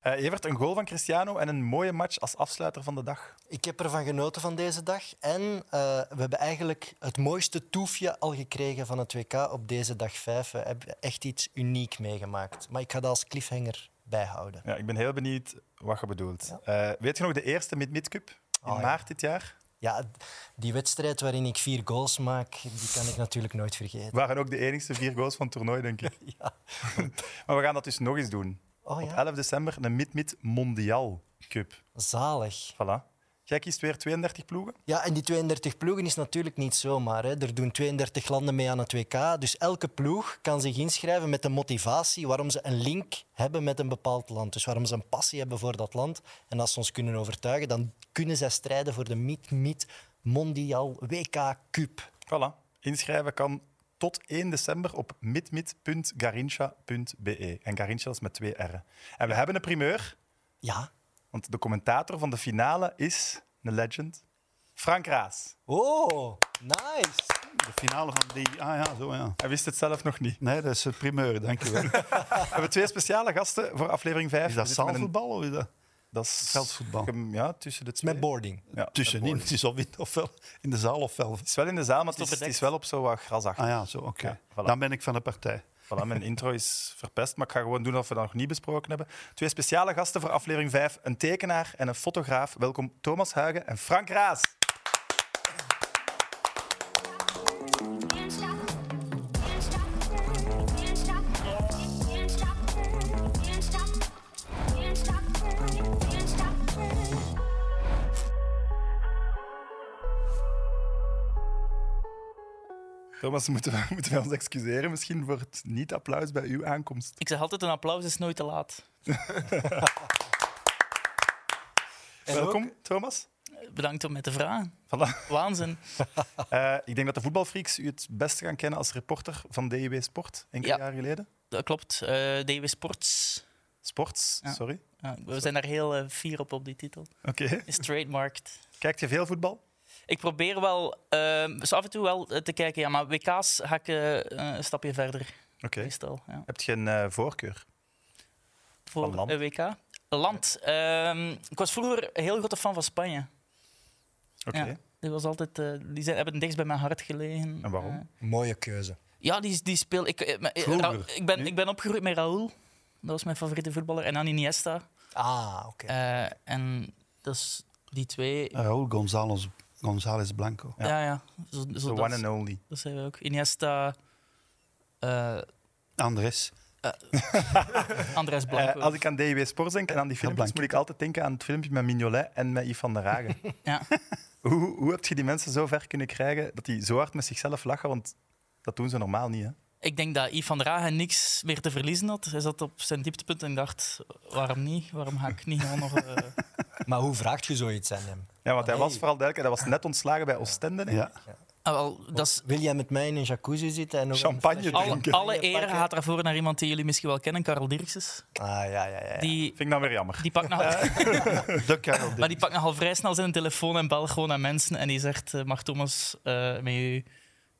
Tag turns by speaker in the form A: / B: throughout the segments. A: Eh je werd een goal van Cristiano en een mooie match als afsluiter van de dag.
B: Ik heb ervan genoten van deze dag. En eh, we hebben eigenlijk het mooiste toefje al gekregen van het WK op deze dag 5. We hebben echt iets uniek meegemaakt. Maar ik ga dat als cliffhanger bijhouden.
A: Ja, ik ben heel benieuwd wat je bedoelt. Eh, weet je nog de eerste Mid-Mid Cup in
B: Oh, ja.
A: maart dit jaar?
B: Ja, die wedstrijd waarin ik vier goals maak, die kan ik natuurlijk nooit vergeten.
A: waren ook de enigste vier goals van het toernooi, denk ik.
B: Ja.
A: Maar we gaan dat dus nog eens doen.
B: Oh
A: Op
B: ja,
A: 11 december een Mid-Mid Mondial Cup.
B: zalig.
A: Voilà. Jij kiest weer 32 ploegen.
B: Ja, en die 32 ploegen is natuurlijk niet zomaar. Hè. Er doen 32 landen mee aan het WK. Dus elke ploeg kan zich inschrijven met de motivatie waarom ze een link hebben met een bepaald land. Dus waarom ze een passie hebben voor dat land. En als ze ons kunnen overtuigen, dan kunnen zij strijden voor de Meet-Meet Mondial WK Cup.
A: Voilà. Inschrijven kan tot 1 december op midmid.garincha.be. E. En Garincha is met twee R'en. En we hebben een primeur,
B: Ja.
A: want de commentator van de finale is een legend. Frank Raas.
B: Oh, nice.
C: De finale van die... Ah ja, zo ja.
A: Hij wist het zelf nog niet.
C: Nee, dat is het primeur, dankjewel.
A: We hebben twee speciale gasten voor aflevering 5.
C: Is dat zaalvoetbal of is dat...
A: Dat is
C: Veldvoetbal.
A: gem- Ja, tussen de twee.
B: Met boarding.
A: Ja, met
C: Tussenin,
A: boarding.
C: het is al wit of wel in de zaal of wel.
A: Het is wel in de zaal, maar het is, het is wel op zo wat grasachtig.
C: Ah ja, zo, oké.
A: Ja, voilà.
C: Dan ben ik van de partij.
A: Voilà, mijn intro is verpest, maar ik ga gewoon doen alsof we dat nog niet besproken hebben. Twee speciale gasten voor aflevering 5, een tekenaar en een fotograaf. Welkom Thomas Huigen en Frank Raas.
D: Can't stop, can't stop, can't stop, can't stop, can't stop, can't stop, can't stop.
A: Thomas, moeten we, moeten we ons excuseren misschien voor het niet-applaus bij uw aankomst?
E: Ik zeg altijd, een applaus is nooit te laat.
A: Welkom, Thomas.
E: Bedankt om mij te vragen.
A: Voilà.
E: Waanzin.
A: Eh, ik denk dat de voetbalfreaks u het beste gaan kennen als reporter van DIW Sport, enkele
E: Ja.
A: jaar geleden.
E: Dat klopt. Eh DW Sports.
A: Sports,
E: Ja.
A: sorry.
E: Ja, we zijn daar heel eh, fier op, op die titel.
A: Oké.
E: Is trademarked.
A: Kijkt je veel voetbal?
E: Ik probeer wel, ehm zo af en toe wel eh, te kijken, ja, maar WK's ga ik eh, een stapje verder,
A: Oké.
E: meestal. Ja.
A: Heb je een eh, voorkeur?
E: Voor
A: land?
E: een WK. Land. Ehm, ik was vroeger een heel grote fan van Spanje.
A: Oké.
E: Ja. Die, was altijd, eh, die zijn, hebben het dichtst bij mijn hart gelegen.
A: En waarom?
E: Eh,
B: Mooie keuze.
E: Ja, die, die speel ik. eh, maar- eh,
C: Vroeger,
E: Ra- ik, ben,
C: nu?
E: ik ben opgegroeid met Raúl. Dat was mijn favoriete voetballer. En dan Iniesta.
B: Ah, oké.
E: Eh, en dus die twee.
C: Raúl González, González Blanco.
A: ja.
E: ja. ja, Zo, zo
A: The
E: dat,
A: one and only.
E: dat zijn we ook. Iniesta. eh
C: Andres.
E: Andres
A: Eh,
E: Blanco.
A: als ik aan DW Sports denk en aan die filmpjes,
C: Blank.
A: moet ik altijd denken aan het filmpje met Mignolet en met Yves van der Hagen.
E: Ja.
A: hoe, hoe heb je die mensen zo ver kunnen krijgen dat die zo hard met zichzelf lachen? Want dat doen ze normaal niet, hè?
E: Ik denk dat Yves van der Hagen niks meer te verliezen had. Hij zat op zijn dieptepunt en dacht: waarom niet? Waarom ga ik niet gewoon nog. eh,
B: Maar hoe vraagt je zoiets aan hem?
A: Ja, want hij
B: Nee.
A: was vooral duidelijk, hij was net ontslagen bij Oostende. denk ik.
C: Ja.
E: Ah, wel, dat is
B: Wil jij met mij in een jacuzzi zitten en nog een
A: Champagne
B: flesje-
A: drinken.
E: alle, alle eer
B: pakken?
E: gaat daarvoor naar iemand die jullie misschien wel kennen, Karel Dirkses.
B: Ah, ja, ja, ja. ja.
E: Die,
A: Vind ik dan weer jammer.
E: die pakt nog.
C: De Karel
E: Maar
C: Dirk.
E: die pakt nogal vrij snel zijn telefoon en belt gewoon aan mensen. En die zegt, eh, mag Thomas eh met u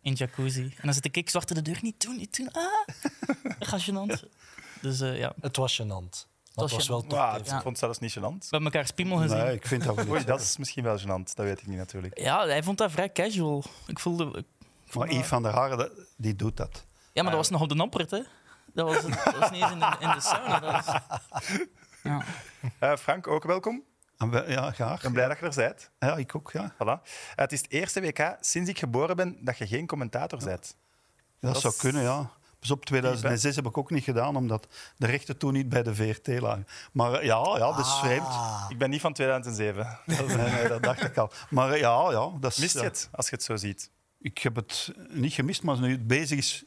E: in jacuzzi? En dan zit ik, ik zwarte de deur, niet doen, niet doen. Ah, dat gaat gênant. Dus eh, ja, we
B: Het was gênant. Maar het
E: was
B: was wel tof.
A: Ja,
B: Dave.
A: ik vond het zelfs niet gênant.
E: hebben elkaar spiemel gezien.
C: Nee, ik vind dat wel
A: Oei,
C: niet.
A: dat is misschien wel gênant, dat weet ik niet natuurlijk.
E: Ja, hij vond dat vrij casual. Ik voelde... ik-
C: Maar Yves van der Hagen, dat- die doet dat.
E: Ja, maar dat was nog op de noppert, hè. Dat was, dat was niet eens in de, in de sauna. Dat was... ja.
A: Eh, Frank, ook welkom.
C: En we- ja, graag.
A: Ik ben blij dat je er bent.
C: Ja, ik ook, ja.
A: Voilà. Eh, het is het eerste WK sinds ik geboren ben dat je geen commentator bent.
C: Dat,
A: Dat
C: zou
A: is-
C: kunnen, ja. Dus op 2006 heb ik ook niet gedaan, omdat de rechten toen niet bij de VRT lagen. Maar eh, ja, ja dat is vreemd.
B: Ah,
A: Ik ben niet van 2007.
C: Nee, nee, dat dacht ik al. Maar eh, ja, ja. Dat is,
A: Mist je
C: ja.
A: het, als je het zo ziet?
C: Ik heb het niet gemist, maar als nu het bezig is,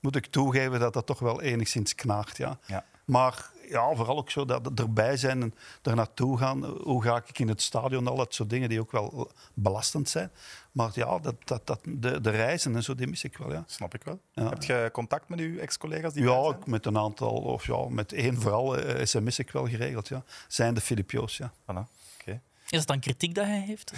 C: moet ik toegeven dat dat toch wel enigszins knaagt. Ja.
A: Ja.
C: Maar ja, vooral ook zo dat dat erbij zijn en er naartoe gaan. Hoe ga ik in het stadion? Al dat soort dingen die ook wel belastend zijn. Maar ja, dat, dat, dat, de, de reizen en zo, die mis ik wel. Ja.
A: Snap ik wel.
C: Ja.
A: Heb je contact met uw ex-collega's? die daar
C: Ja,
A: zijn?
C: ik met een aantal, eh, of ja, met één vooral, eh, sms ik wel geregeld. Ja. Zijn de Filipio's, ja.
A: Voilà. Oké.
E: Is dat dan kritiek dat hij heeft?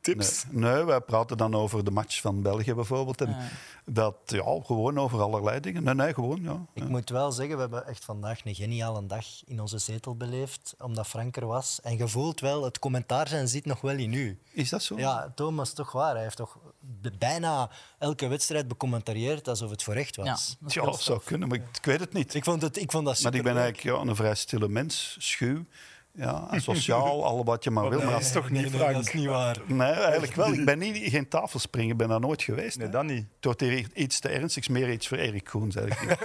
A: Tips?
C: Nee, nee, wij praten dan over de match van België bijvoorbeeld. En
E: Ah.
C: dat, ja, gewoon over allerlei dingen. Nee, nee, gewoon, ja.
B: Ik moet wel zeggen, we hebben echt vandaag een geniale dag in onze zetel beleefd, omdat Frank er was. En gevoeld wel, het commentaar zijn zit nog wel in u.
C: Is dat zo?
B: Ja, Thomas, toch waar. Hij heeft toch b- bijna elke wedstrijd becommentarieerd alsof het voor echt
E: Ja,
B: was.
E: dat is
C: Ja,
E: wel
C: dat zou kunnen, maar ik, ik weet het niet.
B: Ik, vond het, ik vond dat
C: Maar
B: super.
C: ik ben eigenlijk ja, een vrij stille mens, schuw, ja, asociaal, al wat je maar wil.
A: nee,
C: Maar
A: dat is toch niet
B: nee,
A: Frank?
B: dat is niet waar.
C: Nee, eigenlijk wel. Ik ben niet, geen tafelspringer, ik ben daar nooit geweest.
A: Nee,
C: hè.
A: dat niet.
C: Het wordt hier iets te ernstigs, meer iets voor Erik Koens eigenlijk.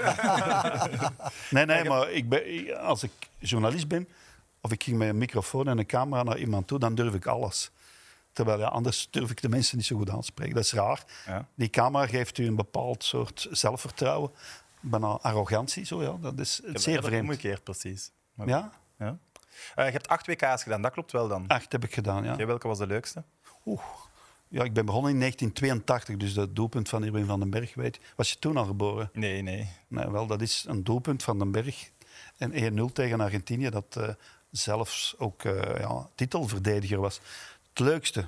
C: nee, nee, maar ik ben, als ik journalist ben, of ik ging met een microfoon en een camera naar iemand toe, dan durf ik alles. Terwijl ja, anders durf ik de mensen niet zo goed aanspreken. Dat is raar.
A: Ja.
C: Die camera geeft u een bepaald soort zelfvertrouwen. Bijna arrogantie, zo ja. Dat is zeer
A: dat
C: vreemd.
A: Omgekeerd, precies. Maar-
C: Ja,
A: Ja. Eh, je hebt acht WK's gedaan, dat klopt wel dan.
C: acht heb ik gedaan, ja.
A: Jij, welke was de leukste?
C: Oeh. Ja, ik ben begonnen in 1982, dus dat doelpunt van Irwin van den Berg, weet je. Was je toen al geboren?
A: Nee, nee.
C: Nee, wel, dat is een doelpunt van den Berg. En 1-0 tegen Argentinië, dat eh, zelfs ook eh, ja, titelverdediger was. Het leukste.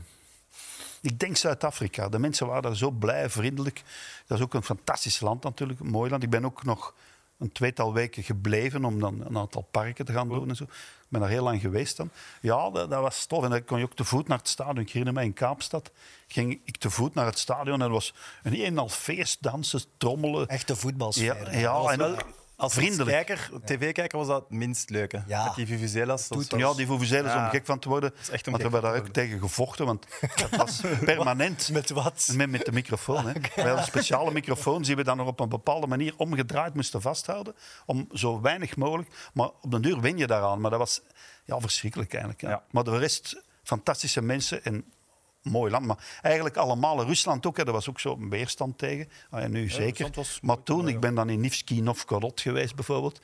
C: Ik denk Zuid-Afrika. De mensen waren daar zo blij, vriendelijk. Dat is ook een fantastisch land natuurlijk, een mooi land. Ik ben ook nog een tweetal weken gebleven om dan een aantal parken te gaan doen en zo. Ik ben daar heel lang geweest dan. Ja, dat, dat was tof. En dan kon je ook te voet naar het stadion. Ik herinner me in Kaapstad ging ik te voet naar het stadion en er was een een en al feest, dansen, trommelen.
B: Echte
C: Ja,
B: voetbalsfeer.
C: ja Ah, en
A: wel-
C: als vriendelijk.
A: Kijker, TV-kijker was dat het minst leuke.
B: Ja.
A: Met die Vuvuzelas. dat was-
C: Ja, die Vuvuzela is
A: Ja.
C: om gek van te worden.
A: is echt om
C: Want we
A: gek
C: hebben daar
A: van
C: ook
A: te
C: tegen gevochten, want dat was permanent.
B: Met wat?
C: Met, met de microfoon. Hè. We hadden een speciale microfoon die we dan nog op een bepaalde manier omgedraaid moesten vasthouden. Om zo weinig mogelijk. Maar op den duur win je daaraan. Maar dat was ja, verschrikkelijk eigenlijk. hè.
A: Ja.
C: Maar de rest, fantastische mensen en mooi land. Maar eigenlijk allemaal. Rusland ook, hè, daar was ook zo'n weerstand tegen. Ah, ja, nu zeker.
A: Rusland was eh,
C: Maar toen, ik ben dan in Nivski Novgorod geweest bijvoorbeeld.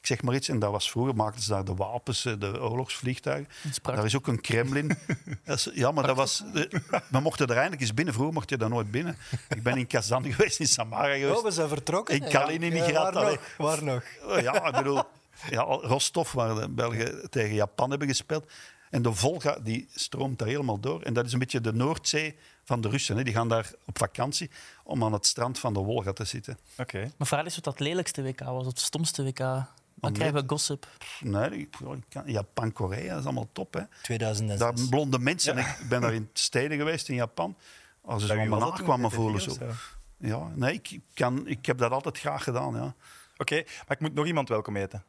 C: Ik zeg maar iets, en dat was vroeger, maakten ze daar de wapens, eh, de oorlogsvliegtuigen.
E: is prachtig.
C: Daar is ook een Kremlin. Dat is- ja, maar dat was... eh, We mochten er eindelijk eens binnen. Vroeger mocht je daar nooit binnen. Ik ben in Kazan geweest, in Samara
B: Oh,
C: geweest.
B: we zijn vertrokken.
C: Ik kan in die niet
B: waar,
C: geraden,
B: nog?
C: allee.
B: waar nog?
C: Ja, ik bedoel... Ja, Rostov, waar de Belgen tegen Japan hebben gespeeld. En de Volga, die stroomt daar helemaal door. En dat is een beetje de Noordzee van de Russen. Hè. Die gaan daar op vakantie om aan het strand van de Wolga te zitten.
A: Oké.
E: Mijn vraag is wat dat lelijkste WK was, of het stomste WK. Dan krijgen we gossip.
C: Nee, ik- ja, ik kan- Japan, Korea, dat is allemaal top. Hè.
B: 2006.
C: Daar blonde mensen. Ik ben daar in steden geweest in Japan. Als ze
A: wie
C: zo
A: was
C: me
A: dat toen?
C: kwamen
A: DTV
C: voelen.
A: of
C: Zo.
A: zo?
C: Ja, nee, ik, kan, ik heb dat altijd graag gedaan. Ja.
A: Oké, maar ik moet nog iemand welkom eten.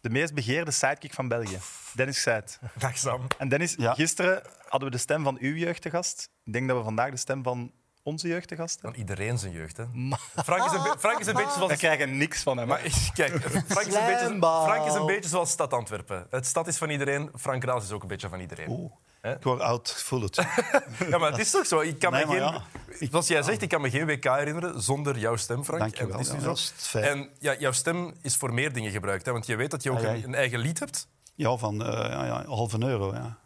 A: De meest begeerde sidekick van België, Dennis Zuid.
F: Dag Sam.
A: En Dennis,
C: Ja.
A: gisteren hadden we de stem van uw jeugdgast. Ik denk dat we vandaag de stem van onze jeugdgast
F: Van
A: hebben.
F: iedereen zijn jeugd, hè. Frank is een, be- Frank is een beetje
A: We
F: zoals...
A: krijgen niks van hem. hè.
F: Maar, kijk, Frank is, een beetje,
B: Slijmbal.
F: Frank is een beetje zoals Stad Antwerpen. Het stad is van iedereen, Frank Raals is ook een beetje van iedereen.
C: Oeh, ik word oud, ik voel het.
F: Ja, maar het is toch zo? Ik kan
C: Nee,
F: me
C: maar
F: geen, Zoals jij zegt, ik kan me geen WK herinneren zonder jouw stem, Frank.
C: Dank je
F: En
C: wel,
F: dat is nu
C: ja,
F: zo.
C: dat is het feit.
F: En ja, jouw stem is voor meer dingen gebruikt. Hè? Want je weet dat je ook
C: Ah, ja.
F: een, een eigen lied hebt.
C: Ja, van eh, ja, ja, half een euro. Ja,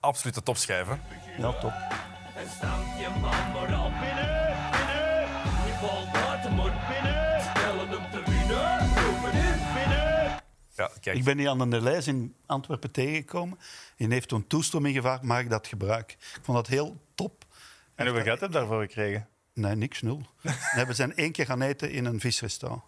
F: Absoluut de topschijven.
C: ja top.
G: Stamp je man maar al binnen, binnen. Die bal buiten moet binnen. Stellen hem te winnen. Roepen in, binnen.
F: Ja, kijk.
C: Ik ben hier aan de lijst in Antwerpen tegengekomen. En heeft toen toestemming gevraagd, mag ik dat gebruiken? Ik vond dat heel top.
A: En hoeveel geld heb je daarvoor gekregen?
C: Nee, niks, nul. Nee, we zijn één keer gaan eten in een visrestaurant.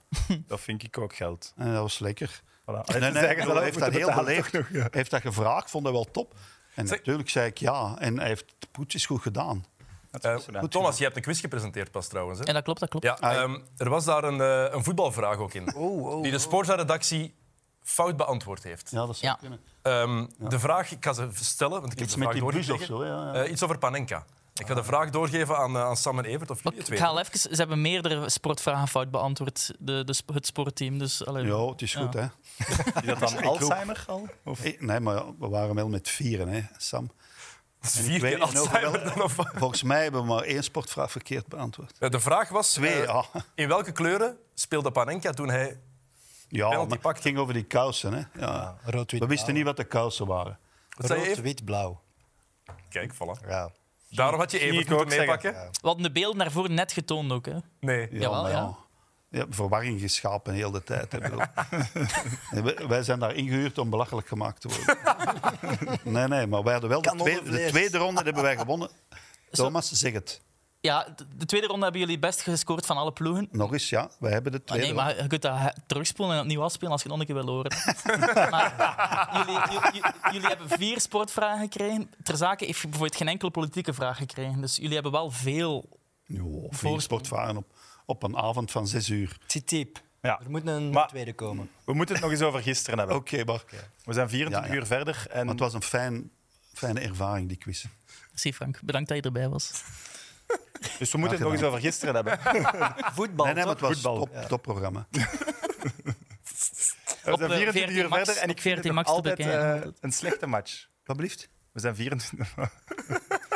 A: Dat vind ik ook geld.
C: En dat was lekker.
A: Voilà.
C: Nee, nee,
A: Ze zeggen
C: bedoel,
A: zelf,
C: hij heeft dat
A: moeten
C: heel
A: betalen
C: beleefd.
A: toch nog, ja.
C: heeft dat gevraagd, vond dat wel top. En
F: Zeg-
C: natuurlijk zei ik ja. En hij heeft de poetjes goed gedaan.
A: Dat is
F: Eh,
A: goed gedaan.
F: Thomas, je hebt een quiz gepresenteerd pas trouwens. Hè?
E: En dat klopt, dat klopt.
F: Ja, ehm, er was daar een, eh, een voetbalvraag ook
C: Oh,
F: in. die de Sporza-redactie fout beantwoord heeft.
C: Ja, dat zou
E: Ja.
C: kunnen.
F: Ehm, De vraag, ik ga ze stellen, want ik heb
C: Iets
F: de vraag
C: met die bus of
F: doorgekregen.
C: zo. Ja, ja. Ah.
F: Eh, iets over Panenka. Ik ga de vraag doorgeven aan, eh, aan Sam en Evert, of jullie het
E: Ik
F: weten.
E: ga al even... Ze hebben meerdere sportvragen fout beantwoord, de, de, sp- het sportteam. Dus, allee,
C: Ja, het is goed, hè.
A: Is dat dan Alzheimer al? Of?
C: Eh, Nee, maar ja, we waren wel met vieren, hè, Sam.
F: Dat is
C: En ik
F: vier
C: weet
F: keer
C: niet of
F: Alzheimer
C: wel-
F: dan, of wat?
C: Volgens mij hebben we maar één sportvraag verkeerd beantwoord.
F: Eh, De vraag was...
C: Twee,
F: eh,
C: ja.
F: In welke kleuren speelde Panenka toen hij...
C: Ja,
F: penalty
C: maar het
F: pakte.
C: ging over die kousen, hè.
A: Ah,
C: Ja.
B: Rood-wit.
C: We wisten niet wat de kousen waren.
F: Wat zei je, Evert?
B: Rood-wit-blauw.
F: Kijk, voilà.
B: Ja.
F: Daarom had je
A: Ging
F: Evert
A: ik ook
F: moeten meepakken.
E: We hadden de beelden daarvoor net getoond ook. Hè.
F: Nee.
E: Jawel,
C: maar
E: ja.
C: ja, verwarring geschapen heel de tijd. hè, bedoel. Nee, wij- wij zijn daar ingehuurd om belachelijk gemaakt te worden. nee, nee, maar wij hadden wel de tweede, de
B: Kanonnenvlees.
C: tweede ronde hebben wij gewonnen. Thomas, zeg het.
E: Ja, de- de tweede ronde hebben jullie best gescoord van alle ploegen.
C: Nog eens, ja. Wij hebben de
E: Ah,
C: tweede
E: nee, maar je kunt dat he- terugspoelen en opnieuw afspelen als je het nog een keer wil horen. maar jullie, ju- ju- jullie hebben vier sportvragen gekregen. Ter zake heeft je bijvoorbeeld geen enkele politieke vraag gekregen. Dus jullie hebben wel veel.
C: Jo, vier
E: Voorsprong.
C: oh, sportvaren op, op een avond van zes uur.
B: Het zit diep.
A: Ja.
B: Er moet een
A: Maar-
B: tweede komen.
A: We moeten het nog eens over gisteren hebben.
C: Oké, maar,
A: We zijn 24
C: Ja, ja.
A: uur verder en
C: maar het was een fijn, fijne ervaring, die quiz.
E: Merci Frank, bedankt dat je erbij was.
A: Dus we moeten het nog eens over gisteren hebben.
B: Voetbal,
C: nee, nee, maar het was
A: Voetbal.
C: top, topprogramma.
A: We zijn
E: eh,
A: 24 uur
E: 14 max-
A: verder en ik
E: op
A: vind het
E: 14
A: nog
E: max te
A: altijd
E: bekijken.
A: eh, een slechte match.
C: Wat blieft?
A: We zijn 24...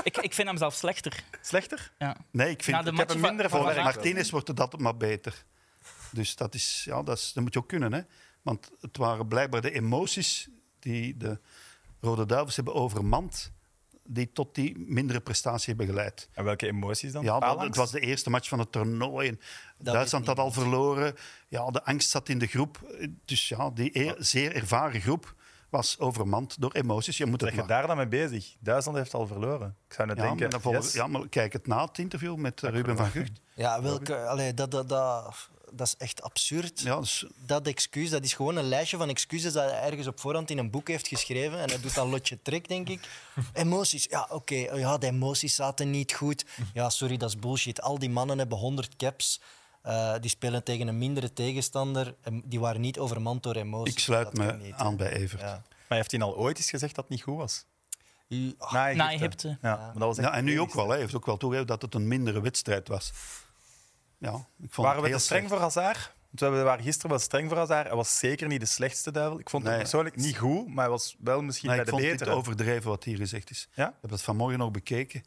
E: Ik, ik vind hem zelf slechter.
A: Slechter?
E: Ja.
C: Nee, ik vind...
E: Na de
C: ik
E: match
C: heb
A: er
E: van-
A: minder van
E: van
C: Voor
A: werk.
E: vandaag-
C: Martinez wordt het dat maar beter. Dus dat, is, ja, dat, is, dat moet je ook kunnen. Hè? Want het waren blijkbaar de emoties die de Rode Duivels hebben overmand, die tot die mindere prestatie hebben geleid.
A: En welke emoties dan?
C: Ja, dat-
A: Paalangst?
C: het was de eerste match van het toernooi. En
B: weet
C: Duitsland had
B: niemand.
C: al verloren. Ja, de angst zat in de groep. Dus ja, die eer- zeer ervaren groep was overmand door emoties. Je moet het
A: Zeg je
C: maar-
A: daar dan mee bezig? Duitsland heeft al verloren. Ik zou net
C: ja,
A: denken,
C: maar dan volgen-
A: yes.
C: ja, maar kijk het na het interview met eh, Ruben van Gucht.
B: Ja, welke, allee, dat, dat, dat, dat is echt absurd.
C: Ja, dus
B: Dat excuus, dat is gewoon een lijstje van excuses dat hij ergens op voorhand in een boek heeft geschreven. En hij doet dat lotje trek, denk ik. Emoties, ja, oké. Ja, de emoties zaten niet goed. Ja, sorry, dat is bullshit. Al die mannen hebben 100 caps. Eh, die spelen tegen een mindere tegenstander. En die waren niet overmand door emoties.
C: ik sluit
B: Dat
C: me
B: kan niet, hè.
C: aan bij Evert.
B: Ja.
A: Maar heeft hij al ooit eens gezegd dat het niet goed was?
B: U- ah,
A: Na
E: Na Egypte.
A: Ja, Maar dat was echt
C: Ja, en nu
A: het
C: ook wel. hè. Hij heeft ook wel toegegeven dat het een mindere wedstrijd was. Ja, ik vond het
A: Waren we
C: heel
A: te streng
C: slecht.
A: voor Hazard? Want we waren gisteren wel streng voor Hazard. Hij was zeker niet de slechtste duivel. Ik vond
C: Nee.
A: hem persoonlijk niet goed, maar hij was wel misschien
C: Nee,
A: bij
C: ik
A: de
C: vond
A: betere.
C: dit overdreven wat hier gezegd is.
A: Ja?
C: Ik heb dat vanmorgen nog bekeken.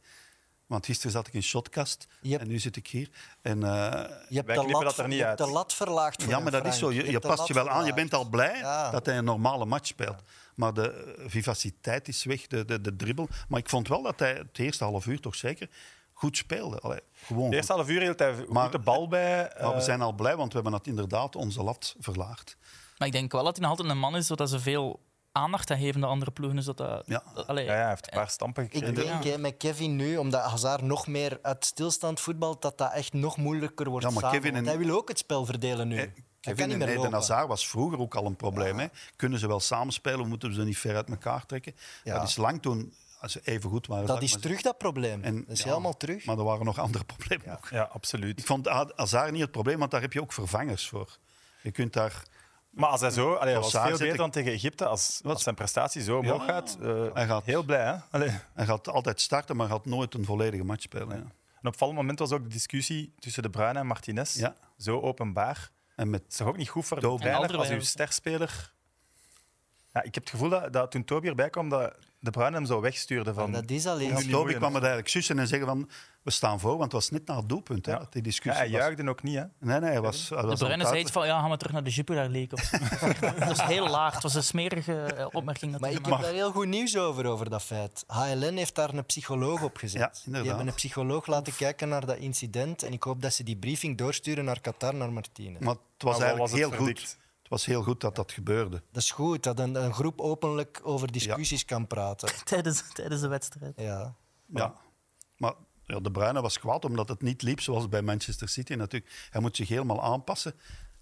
C: Want gisteren zat ik in shotkast
B: Yep.
C: en nu zit ik hier. En,
B: Je
C: eh,
B: hebt,
A: Wij
B: de
A: knippen
B: lat,
A: dat er niet
B: je hebt
A: uit.
B: de lat verlaagd voor
C: ja,
B: hem,
C: maar dat
B: Frank.
C: is zo. Je,
B: hebt
C: je
B: de
C: past
B: lat
C: je wel aan. Je
B: verlaagd.
C: bent al blij
B: Ja.
C: dat hij een normale match speelt. Maar de eh, vivaciteit is weg, de, de, de dribbel. Maar ik vond wel dat hij het eerste half uur toch zeker goed speelde. Allee, gewoon
A: De
C: goed.
A: eerste half uur hield hij goed
C: Maar-
A: de bal bij. eh,
C: Maar we zijn al blij, want we hebben dat inderdaad onze lat verlaagd.
E: Maar ik denk wel dat hij nog altijd een man is zodat ze veel aandacht aan geven aan andere ploegen. Dus dat dat,
C: Ja.
E: dat- allee.
A: ja, ja, hij heeft een paar stampen
B: Ik
A: gekregen.
B: denk hè, met Kevin nu, omdat Hazard nog meer uit stilstand voetbalt, dat dat echt nog moeilijker wordt
C: Ja, maar
B: samen.
C: Kevin
B: Want
C: en-
B: hij wil ook het spel verdelen nu.
C: Eh,
B: hij
C: Kevin
B: kan niet meer
C: en Eden
B: lopen.
C: Hazard was vroeger ook al een probleem. Hè? Kunnen ze wel samenspelen, of moeten we ze niet ver uit elkaar trekken?
B: Ja.
C: Dat is lang toen als ze even goed waren.
B: Dat
C: zou ik
B: is
C: maar
B: terug dat probleem.
C: zeggen. En-
B: dat is
C: ja,
B: helemaal terug.
C: Maar er waren nog andere problemen ook.
A: Ja, absoluut.
C: Ik vond Ha- Hazard niet het probleem, want daar heb je ook vervangers voor. Je kunt daar...
A: Maar als hij zo, allee, hij was
C: Hazard
A: veel
C: zet
A: beter
C: ik-
A: dan tegen Egypte. Als, als zijn prestatie zo omhoog
C: Ja.
A: gaat, eh,
C: Hij gaat-
A: heel blij. Hè? Allee.
C: Hij gaat altijd starten, maar gaat nooit een volledige match spelen. Ja.
A: Een opvallend moment was ook de discussie tussen De Bruyne en Martinez.
C: Ja.
A: Zo openbaar.
C: En met
A: Het is toch ook niet goed voor de
C: Toby.
E: En
A: trainer als
E: Alderweireld.
A: uw sterspeler... Ja, ik heb het gevoel dat, dat toen Toby erbij kwam, dat De Bruyne hem zo wegstuurde. Van...
B: Maar dat is alleen...
A: Ja,
C: ja,
A: niet
C: Toby
A: moeilijk.
C: kwam het eigenlijk sussen en zeggen van... We staan voor, want het was net na het doelpunt hè,
A: Ja.
C: dat die
A: Ja,
C: discussie
A: hij
C: was.
A: juichte ook niet, hè.
C: Nee, nee, hij was... Hij
E: De
C: was aan
E: Bruyne
C: het
E: zei
C: uit-
E: iets van, ja, gaan we terug naar de Jupiler League. Of zo. dat is heel laag. Het was een smerige eh, opmerking. Dat
B: Maar
E: hij
B: ik heb
E: gemaakt
B: daar heel goed nieuws over, over dat feit. HLN heeft daar een psycholoog op gezet.
C: Ja,
B: die
C: inderdaad.
B: hebben een psycholoog laten kijken naar dat incident. En ik hoop dat ze die briefing doorsturen naar Qatar, naar Martine.
C: Maar het was
A: Maar wel
C: eigenlijk
A: was het
C: heel
A: verdikt.
C: goed. Het was heel goed dat dat gebeurde.
B: Dat is goed, dat een, een groep openlijk over discussies kan praten.
E: tijdens, tijdens de wedstrijd.
B: Ja.
C: Ja. Maar ja, De Bruyne was kwaad omdat het niet liep zoals bij Manchester City natuurlijk. Hij moet zich helemaal aanpassen.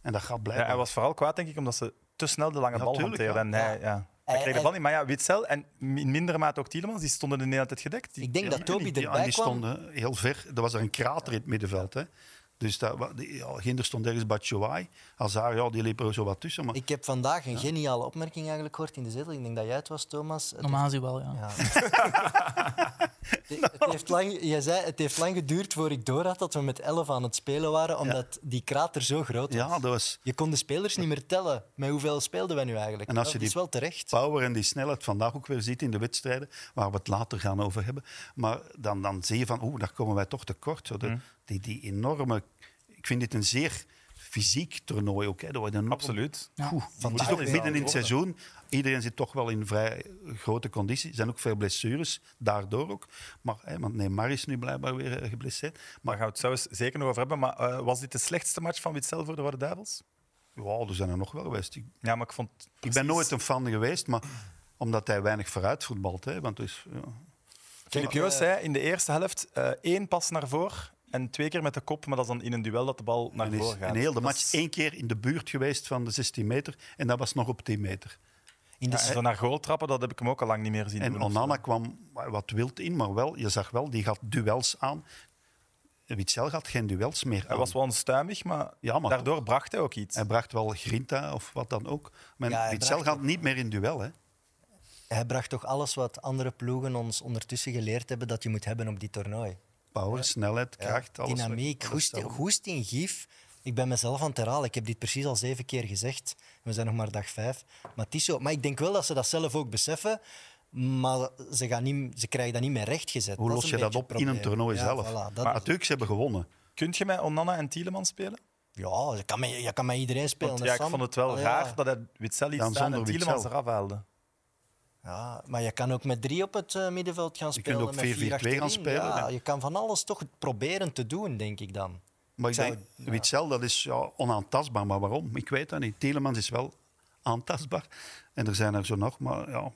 C: En dat gaat
A: Ja,
C: blijven.
A: hij was vooral kwaad, denk ik, omdat ze te snel de lange bal
C: tuurlijk,
A: hanteerden. En hij, ja. hij
B: Hij-
A: kreeg de bal niet. Maar ja, Witzel en in mindere mate ook Tielemans, die stonden de hele tijd gedekt. Die-
B: Ik denk dat Toby
C: Die- die-
B: erbij
C: die
B: kwam.
C: stonden heel ver. Er was er een krater in het middenveld. Hè. Dus dat, wa- die- ja, Ginder stond ergens Batshuayi. Hazard, ja, die liep er zo wat tussen. Maar
B: Ik heb vandaag een geniale opmerking eigenlijk gehoord in de zetel. Ik denk dat jij het was, Thomas. Het
E: Normaal gezien wel, ja.
B: Ja. het heeft lang, jij zei, het heeft lang geduurd voor ik doorhad dat we met 11 aan het spelen waren, omdat die krater zo groot was.
C: ja, dat was
B: Je kon de spelers niet meer tellen. Met hoeveel speelden wij nu eigenlijk?
C: En als je
B: dat
C: die-
B: is wel terecht.
C: power en die snelheid vandaag ook weer ziet in de wedstrijden, waar we het later gaan over hebben. Maar dan, dan zie je van, oeh, daar komen wij toch tekort. Zo de,
A: Mm.
C: die, die enorme... Ik vind dit een zeer fysiek toernooi ook. Hè. Dat wordt een
A: Absoluut.
E: Ja.
C: Oeh, het is
A: Vandaag
C: ook
A: is dat
C: midden in het
A: geworden.
C: seizoen. Iedereen zit toch wel in vrij grote conditie. Er zijn ook veel blessures, daardoor ook. Maar, hè, want Neymar is nu blijkbaar weer eh, geblesseerd.
A: Maar gaan we het zo eens zeker nog over hebben. Maar eh, was dit de slechtste match van Witzel voor de Rode Duivels?
C: Wow, er zijn er nog wel geweest. Ik,
A: Ja, maar ik vond...
C: ik ben
A: precies-
C: nooit een fan geweest, maar omdat hij weinig vooruit voetbalt. Hè, want dus, ja.
A: Filip Joos zei in de eerste helft eh, één pas naar voren en twee keer met de kop, maar dat is dan in een duel dat de bal naar
C: En is
A: voren gaat.
C: in heel de
A: Dat
C: match
A: is-
C: één keer in de buurt geweest van de 16 meter. En dat was nog op 10 meter.
B: In de
A: Ja, zo naar goal trappen, dat heb ik hem ook al lang niet meer zien
C: En
A: doen of
C: Onana
A: zo.
C: kwam wat wild in, maar wel, je zag wel, die gaat duels aan. Witzel gaat geen duels meer
A: Hij
C: aan.
A: was wel onstuimig, maar,
C: Ja, maar
A: daardoor bracht hij ook iets.
C: Hij bracht wel grinta of wat dan ook. Maar
B: Ja, hij
C: Witzel
B: bracht
C: gaat niet meer in duel. Hè.
B: Hij bracht toch alles wat andere ploegen ons ondertussen geleerd hebben dat je moet hebben op dit toernooi.
C: Power, snelheid, kracht, alles.
B: Dynamiek,
C: alles
B: goest,
C: hetzelfde.
B: goest in gif. Ik ben mezelf aan het herhalen. Ik heb dit precies al zeven keer gezegd. We zijn nog maar dag vijf. Maar, het is zo. maar ik denk wel dat ze dat zelf ook beseffen. Maar ze, gaan niet, ze krijgen dat niet meer rechtgezet.
C: Hoe
B: is
C: los
B: een
C: je dat
B: beetje
C: op
B: het
C: in een
B: probleem.
C: toernooi
B: Ja,
C: zelf?
B: voilà, dat
C: maar
B: is-
C: natuurlijk, ze hebben gewonnen.
A: Kun je met Onana en Tieleman spelen?
B: ja, je kan, met, je kan met iedereen spelen.
A: Want
B: hè,
A: ja, ik
B: Sam.
A: vond het wel
B: Allee, ja.
A: raar dat hij Witzel liet
C: Dan
A: staan en
C: zonder
A: Tielemans
C: Witzel.
A: eraf haalde.
B: Ja, maar je kan ook met drie op het eh, middenveld gaan
C: kunt
B: spelen.
C: ook
B: met
C: 4-4-2 gaan
B: achterin.
C: spelen,
B: Ja,
C: ja.
B: Je kan van alles toch proberen te doen, denk ik dan.
C: Maar ik
B: zou-
C: denk, Witzel, dat is ja, onaantastbaar. Maar waarom? Ik weet dat niet. Telemans is wel aantastbaar. En er zijn er zo nog, maar ja,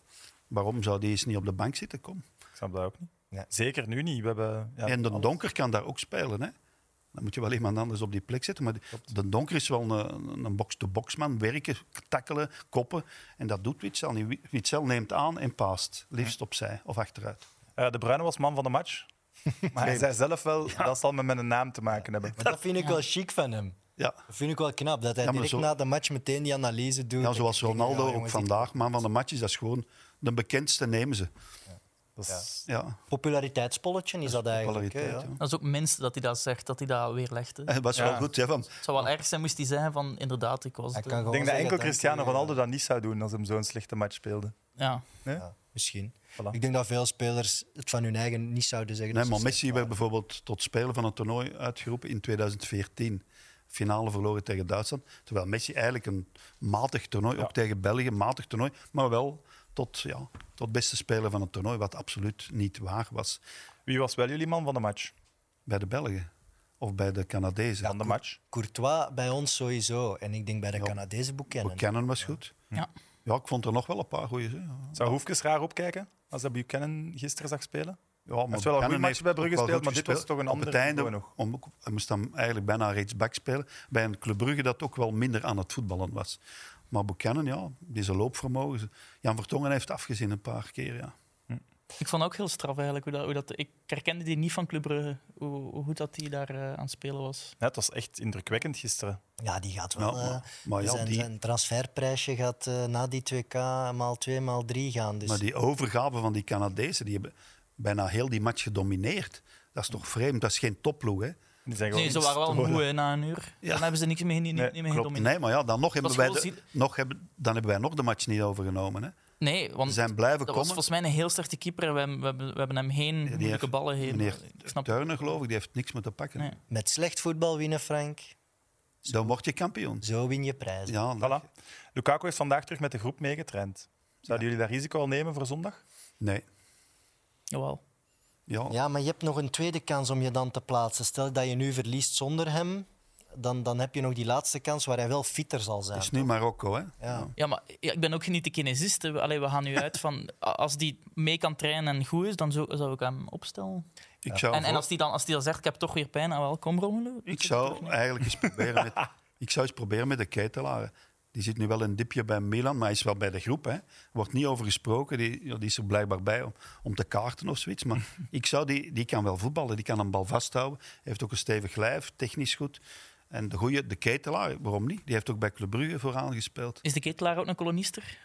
C: waarom zou die eens niet op de bank zitten? Kom.
A: Ik snap dat ook niet.
B: Nee.
A: Zeker nu niet. We hebben, ja,
C: en de donker kan daar ook spelen. Hè? Dan moet je wel iemand anders op die plek zetten. Maar de donker is wel een, een box-to-box man. Werken, tackelen, koppen. En dat doet Witzel niet. Wi- Witzel neemt aan en paast. Liefst opzij of achteruit.
A: Eh, de Bruyne was man van de match. Maar hij zei zelf wel, dat zal met mijn naam te maken hebben.
B: Maar dat vind ik wel chic van hem.
C: Ja.
B: Dat vind ik wel knap, dat hij
C: Ja, maar
B: direct
C: zo-
B: na de match meteen die analyse doet.
C: ja, zoals
B: Ik denk, ja,
C: Ronaldo ook
B: jongens, die
C: vandaag, man van de match is. Dat is gewoon de bekendste nemen ze.
A: Dat is-
C: Ja,
B: Populariteitspolletje is dat eigenlijk. hè,
C: kwaliteit.
B: ja.
C: ja.
E: Dat is ook minst dat hij dat zegt, dat hij dat weerlegt. hè.
C: Het was wel
A: Ja.
C: goed. Hè, van,
E: Het zou wel erg zijn moest hij zeggen van inderdaad, ik
B: Hij
E: was
B: eh,
E: het.
B: kan
A: Ik
B: gewoon
A: denk dat
B: zeggen,
A: enkel
B: dank
A: Cristiano
B: u, ja.
A: Ronaldo dat niet zou doen als hem zo'n slechte match speelde.
E: Ja.
B: Ja, misschien.
A: Voilà.
B: Ik denk dat veel spelers het van hun eigen niet zouden zeggen. Dus
C: Nee,
B: dat
C: maar
B: ze
C: Messi
B: slecht
C: werd bijvoorbeeld tot speler van het toernooi uitgeroepen in 2014. Finale verloren tegen Duitsland. Terwijl Messi eigenlijk een matig toernooi, ook tegen België, matig toernooi, maar wel tot, ja, tot beste speler van het toernooi, wat absoluut niet waar was
A: Wie was wel jullie man van de match?
C: bij de Belgen of bij de Canadezen.
A: Van de match?
B: waren. Courtois bij ons sowieso. En ik denk bij de
C: Ja.
B: Canadezen Buchanan.
C: Buchanan was goed.
E: Ja.
C: Ja, ik vond er nog wel een paar goeie. hè.
A: Zou Hoefkes raar opkijken als hij Buchanan gisteren zag spelen?
C: Ja, maar
A: heeft wel een goede
C: Buchanan
A: match
C: heeft
A: bij Brugge
C: ook wel
A: gespeeld, maar
C: goed
A: dit was
C: gespeeld.
A: toch een
C: Op
A: ander
C: het einde
A: niveau nog.
C: om- ook- hij moest dan eigenlijk bijna rechtsback spelen. Bij een Club Brugge dat ook wel minder aan het voetballen was. Maar Buchanan, ja, deze loopvermogen. ze- Jan Vertongen heeft afgezien een paar keer, ja.
E: Ik vond ook heel straf eigenlijk. Hoe dat, hoe dat, ik herkende die niet van Club Brugge, hoe, hoe goed dat hij daar eh, aan het spelen was.
A: Ja, het was echt indrukwekkend gisteren.
B: Ja, die gaat
C: Ja,
B: wel. eh,
C: maar- maar ja,
B: zijn,
C: die-
B: zijn transferprijsje gaat eh, na die 2K maal 2 maal 3 gaan. Dus
C: Maar die overgave van die Canadezen, die hebben bijna heel die match gedomineerd. Dat is toch vreemd? Dat is geen topploeg, hè?
A: Die zijn gewoon
E: Nee, ze waren wel
A: gestolen.
E: moe hè, na een uur. Dan hebben ze niks meer, niet,
A: Nee,
E: niet meer gedomineerd.
C: Nee, maar ja, dan nog hebben,
E: was
C: wij
E: gewoon
C: de,
E: zie-
C: nog hebben, dan hebben wij nog de match niet overgenomen, hè?
E: Nee, want
C: Ze zijn blijven
E: dat was
C: komen.
E: volgens mij een heel sterke keeper. We hebben, we hebben, we hebben hem geen
C: heeft-
E: moeilijke ballen gegeven.
C: Meneer
E: ik snap
C: Turner, geloof ik, die heeft niks meer te pakken.
E: Nee.
B: met slecht voetbal winnen, Frank,
C: Dan word je kampioen.
B: zo win je prijzen.
C: Ja, dat-
A: Voilà. Lukaku heeft vandaag terug met de groep meegetraind. Zouden jullie dat risico al nemen voor zondag?
C: Nee.
E: Jawel.
C: Ja,
B: Ja, maar je hebt nog een tweede kans om je dan te plaatsen. Stel dat je nu verliest zonder hem, dan, dan heb je nog die laatste kans waar hij wel fitter zal zijn.
C: het is nu Marokko, hè?
B: Ja.
E: Ja, maar ja, ik ben ook niet de kinesist. hè. Allee, we gaan nu uit van a- als die mee kan trainen en goed is, dan zou, zou ik hem opstellen.
C: Ik zou,
E: En, en
C: voor-
E: als die dan, als die dan zegt: Ik heb toch weer pijn, nou wel, kom rommelen.
C: ik zou eigenlijk eens proberen met, ik zou eens proberen met de keitelaren. Die zit nu wel een dipje bij Milan, maar hij is wel bij de groep. Hè. Wordt niet over gesproken. Die, ja, die is er blijkbaar bij om, om te kaarten of zoiets. Maar ik zou die, die kan wel voetballen. Die kan een bal vasthouden. Hij heeft ook een stevig lijf, technisch goed. En de goede, de ketelaar, waarom niet? Die heeft ook bij Club Brugge vooraan gespeeld.
E: Is de ketelaar ook een kolonister?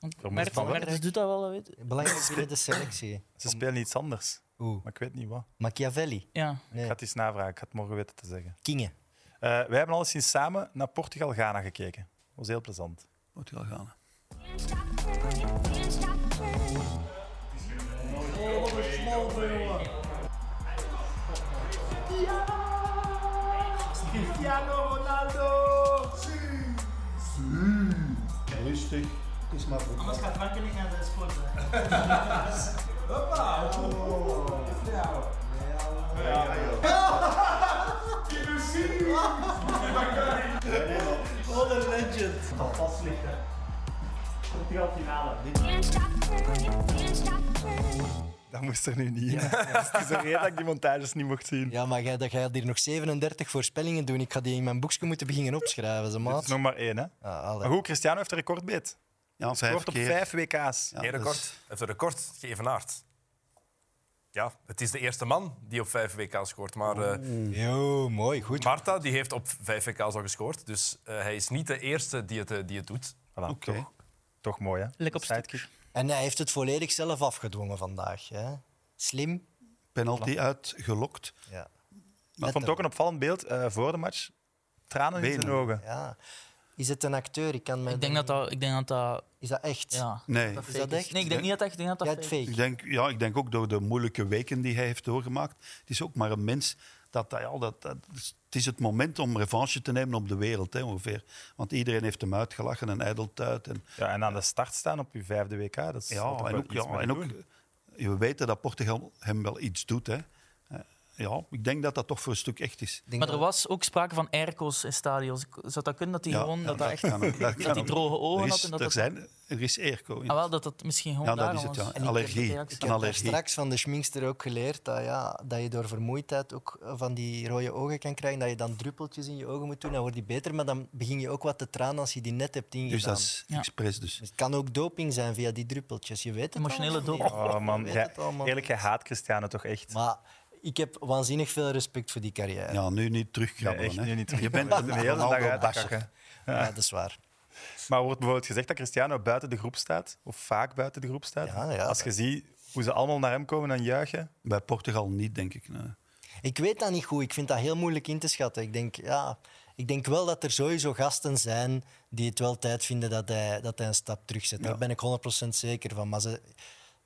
E: Want
A: Vermoed
E: Mertens
A: van wel.
E: Mertens doet dat wel, dat weet ik.
B: Belangrijk binnen de selectie.
A: Ze spelen iets anders,
B: Oeh,
A: maar ik weet niet wat.
B: Machiavelli.
E: Ja.
A: Ik
B: Nee,
A: ga het eens navragen, ik ga het morgen weten te zeggen.
B: Kinge.
A: Eh, wij hebben alleszins samen naar Portugal-Ghana gekeken. Dat was heel plezant.
C: Moet hij wel gaan. hè.
G: Cristiano Ronaldo!
H: Rustig,
E: Anders gaat Frankrijk naar de sport.
D: Can't stop burning, can't stop burning.
A: Dat moest er nu niet in. Het is de reden dat ik die montages niet mocht zien.
B: Ja, maar jij, dat jij gaat hier nog 37 voorspellingen doen. Ik ga die in mijn boekje moeten beginnen opschrijven, ze
A: Het
B: maat.
A: is nog maar één, hè.
B: Ah, allee.
A: Maar goed, Cristiano heeft een recordbeet.
C: Ja, vijf
A: Scoort op
C: keer.
A: vijf WK's.
C: Ja,
F: Eén
C: dat
F: record.
C: is-
F: Hij heeft een record geëvenaard. Ja, het is de eerste man die op vijf WK scoort. Maar eh
B: Yo, mooi, goed.
F: Marta die heeft op vijf WK's al gescoord. Dus eh, hij is niet de eerste die het, eh, die het doet.
A: Voilà,
C: Oké.
A: toch, toch mooi, hè.
E: Lekker op stuk.
A: Sidekick.
B: En hij heeft het volledig zelf afgedwongen vandaag. Hè? Slim.
C: Penalty uitgelokt.
B: Ja.
A: Ik vond het ook een opvallend beeld eh, voor de match. Tranen in
C: Benen.
A: zijn ogen.
B: Ja. Is het een acteur? Ik kan mij
E: Ik denk dat dat... Ik denk dat dat
B: Is dat echt?
E: ja,
C: Nee.
E: dat
B: Is
E: fake
B: dat echt?
E: Nee, ik denk niet dat dat... Ik denk dat dat
B: Ja, het
E: fake is.
B: fake.
C: Ik denk, ja, ik denk ook door de moeilijke weken die hij heeft doorgemaakt. Het is ook maar een mens. Dat, dat, ja, dat, dat, het is het moment om revanche te nemen op de wereld, hè, ongeveer. Want iedereen heeft hem uitgelachen en ijdelt uit. En,
A: Ja, en aan de start staan op je vijfde WK, dat is
C: ja,
A: zal toch
C: en
A: wel
C: ook,
A: iets
C: ja,
A: met
C: en
A: doen.
C: ook we weten dat Portugal hem wel iets doet. Hè. Eh, Ja, ik denk dat dat toch voor een stuk echt is.
B: Ik denk
E: Maar
B: dat-
E: er was ook sprake van airco's in stadions. Zou dat kunnen dat die
C: Ja,
E: gewoon...
C: ja,
E: dat dat echt...
C: kan ook, dat kan
E: die
C: ook.
E: droge ogen
C: er
E: had
C: is,
E: en dat
C: er
E: dat-
C: Zijn, er is airco. in.
E: Ah, wel, dat dat misschien gewoon
C: Ja, dat
E: daarom
C: is het, ja.
E: was.
C: Een allergie.
E: reactie.
C: Een
B: Ik heb daar
C: allergie.
B: straks van de schminkster ook geleerd dat, ja, dat je door vermoeidheid ook eh, van die rode ogen kan krijgen. Dat je dan druppeltjes in je ogen moet doen, dan wordt die beter. Maar dan begin je ook wat te tranen als je die net hebt ingedaan.
C: Dus dat is
E: Ja.
C: expres. Dus.
B: Dus het kan ook doping zijn via die druppeltjes. Je weet het
E: Emotionele
B: allemaal
E: doping.
B: niet.
A: Oh man,
B: weet
A: jij-
B: het allemaal.
A: eerlijk, jij haat Cristiano toch echt?
B: Maar ik heb waanzinnig veel respect voor die carrière. Ja,
C: Ja, nu niet terugkrabbelen.
A: Nee, echt
C: hè.
A: nu niet
C: je bent
A: terugkrabbelen.
C: een
A: De hele dag
C: Ronaldo
A: uitkakken.
C: basher.
B: dat is waar.
A: Maar wordt bijvoorbeeld gezegd dat Cristiano buiten de groep staat? Of vaak buiten de groep staat?
B: Ja, ja,
A: Als
B: dat-
A: je ziet hoe ze allemaal naar hem komen en juichen.
C: Bij Portugal niet, denk ik. nee.
B: Ik weet dat niet goed. Ik vind dat heel moeilijk in te schatten. Ik denk, ja, ik denk wel dat er sowieso gasten zijn die het wel tijd vinden dat hij, dat hij een stap terugzet. Daar ben ik 100% zeker van. Maar ze,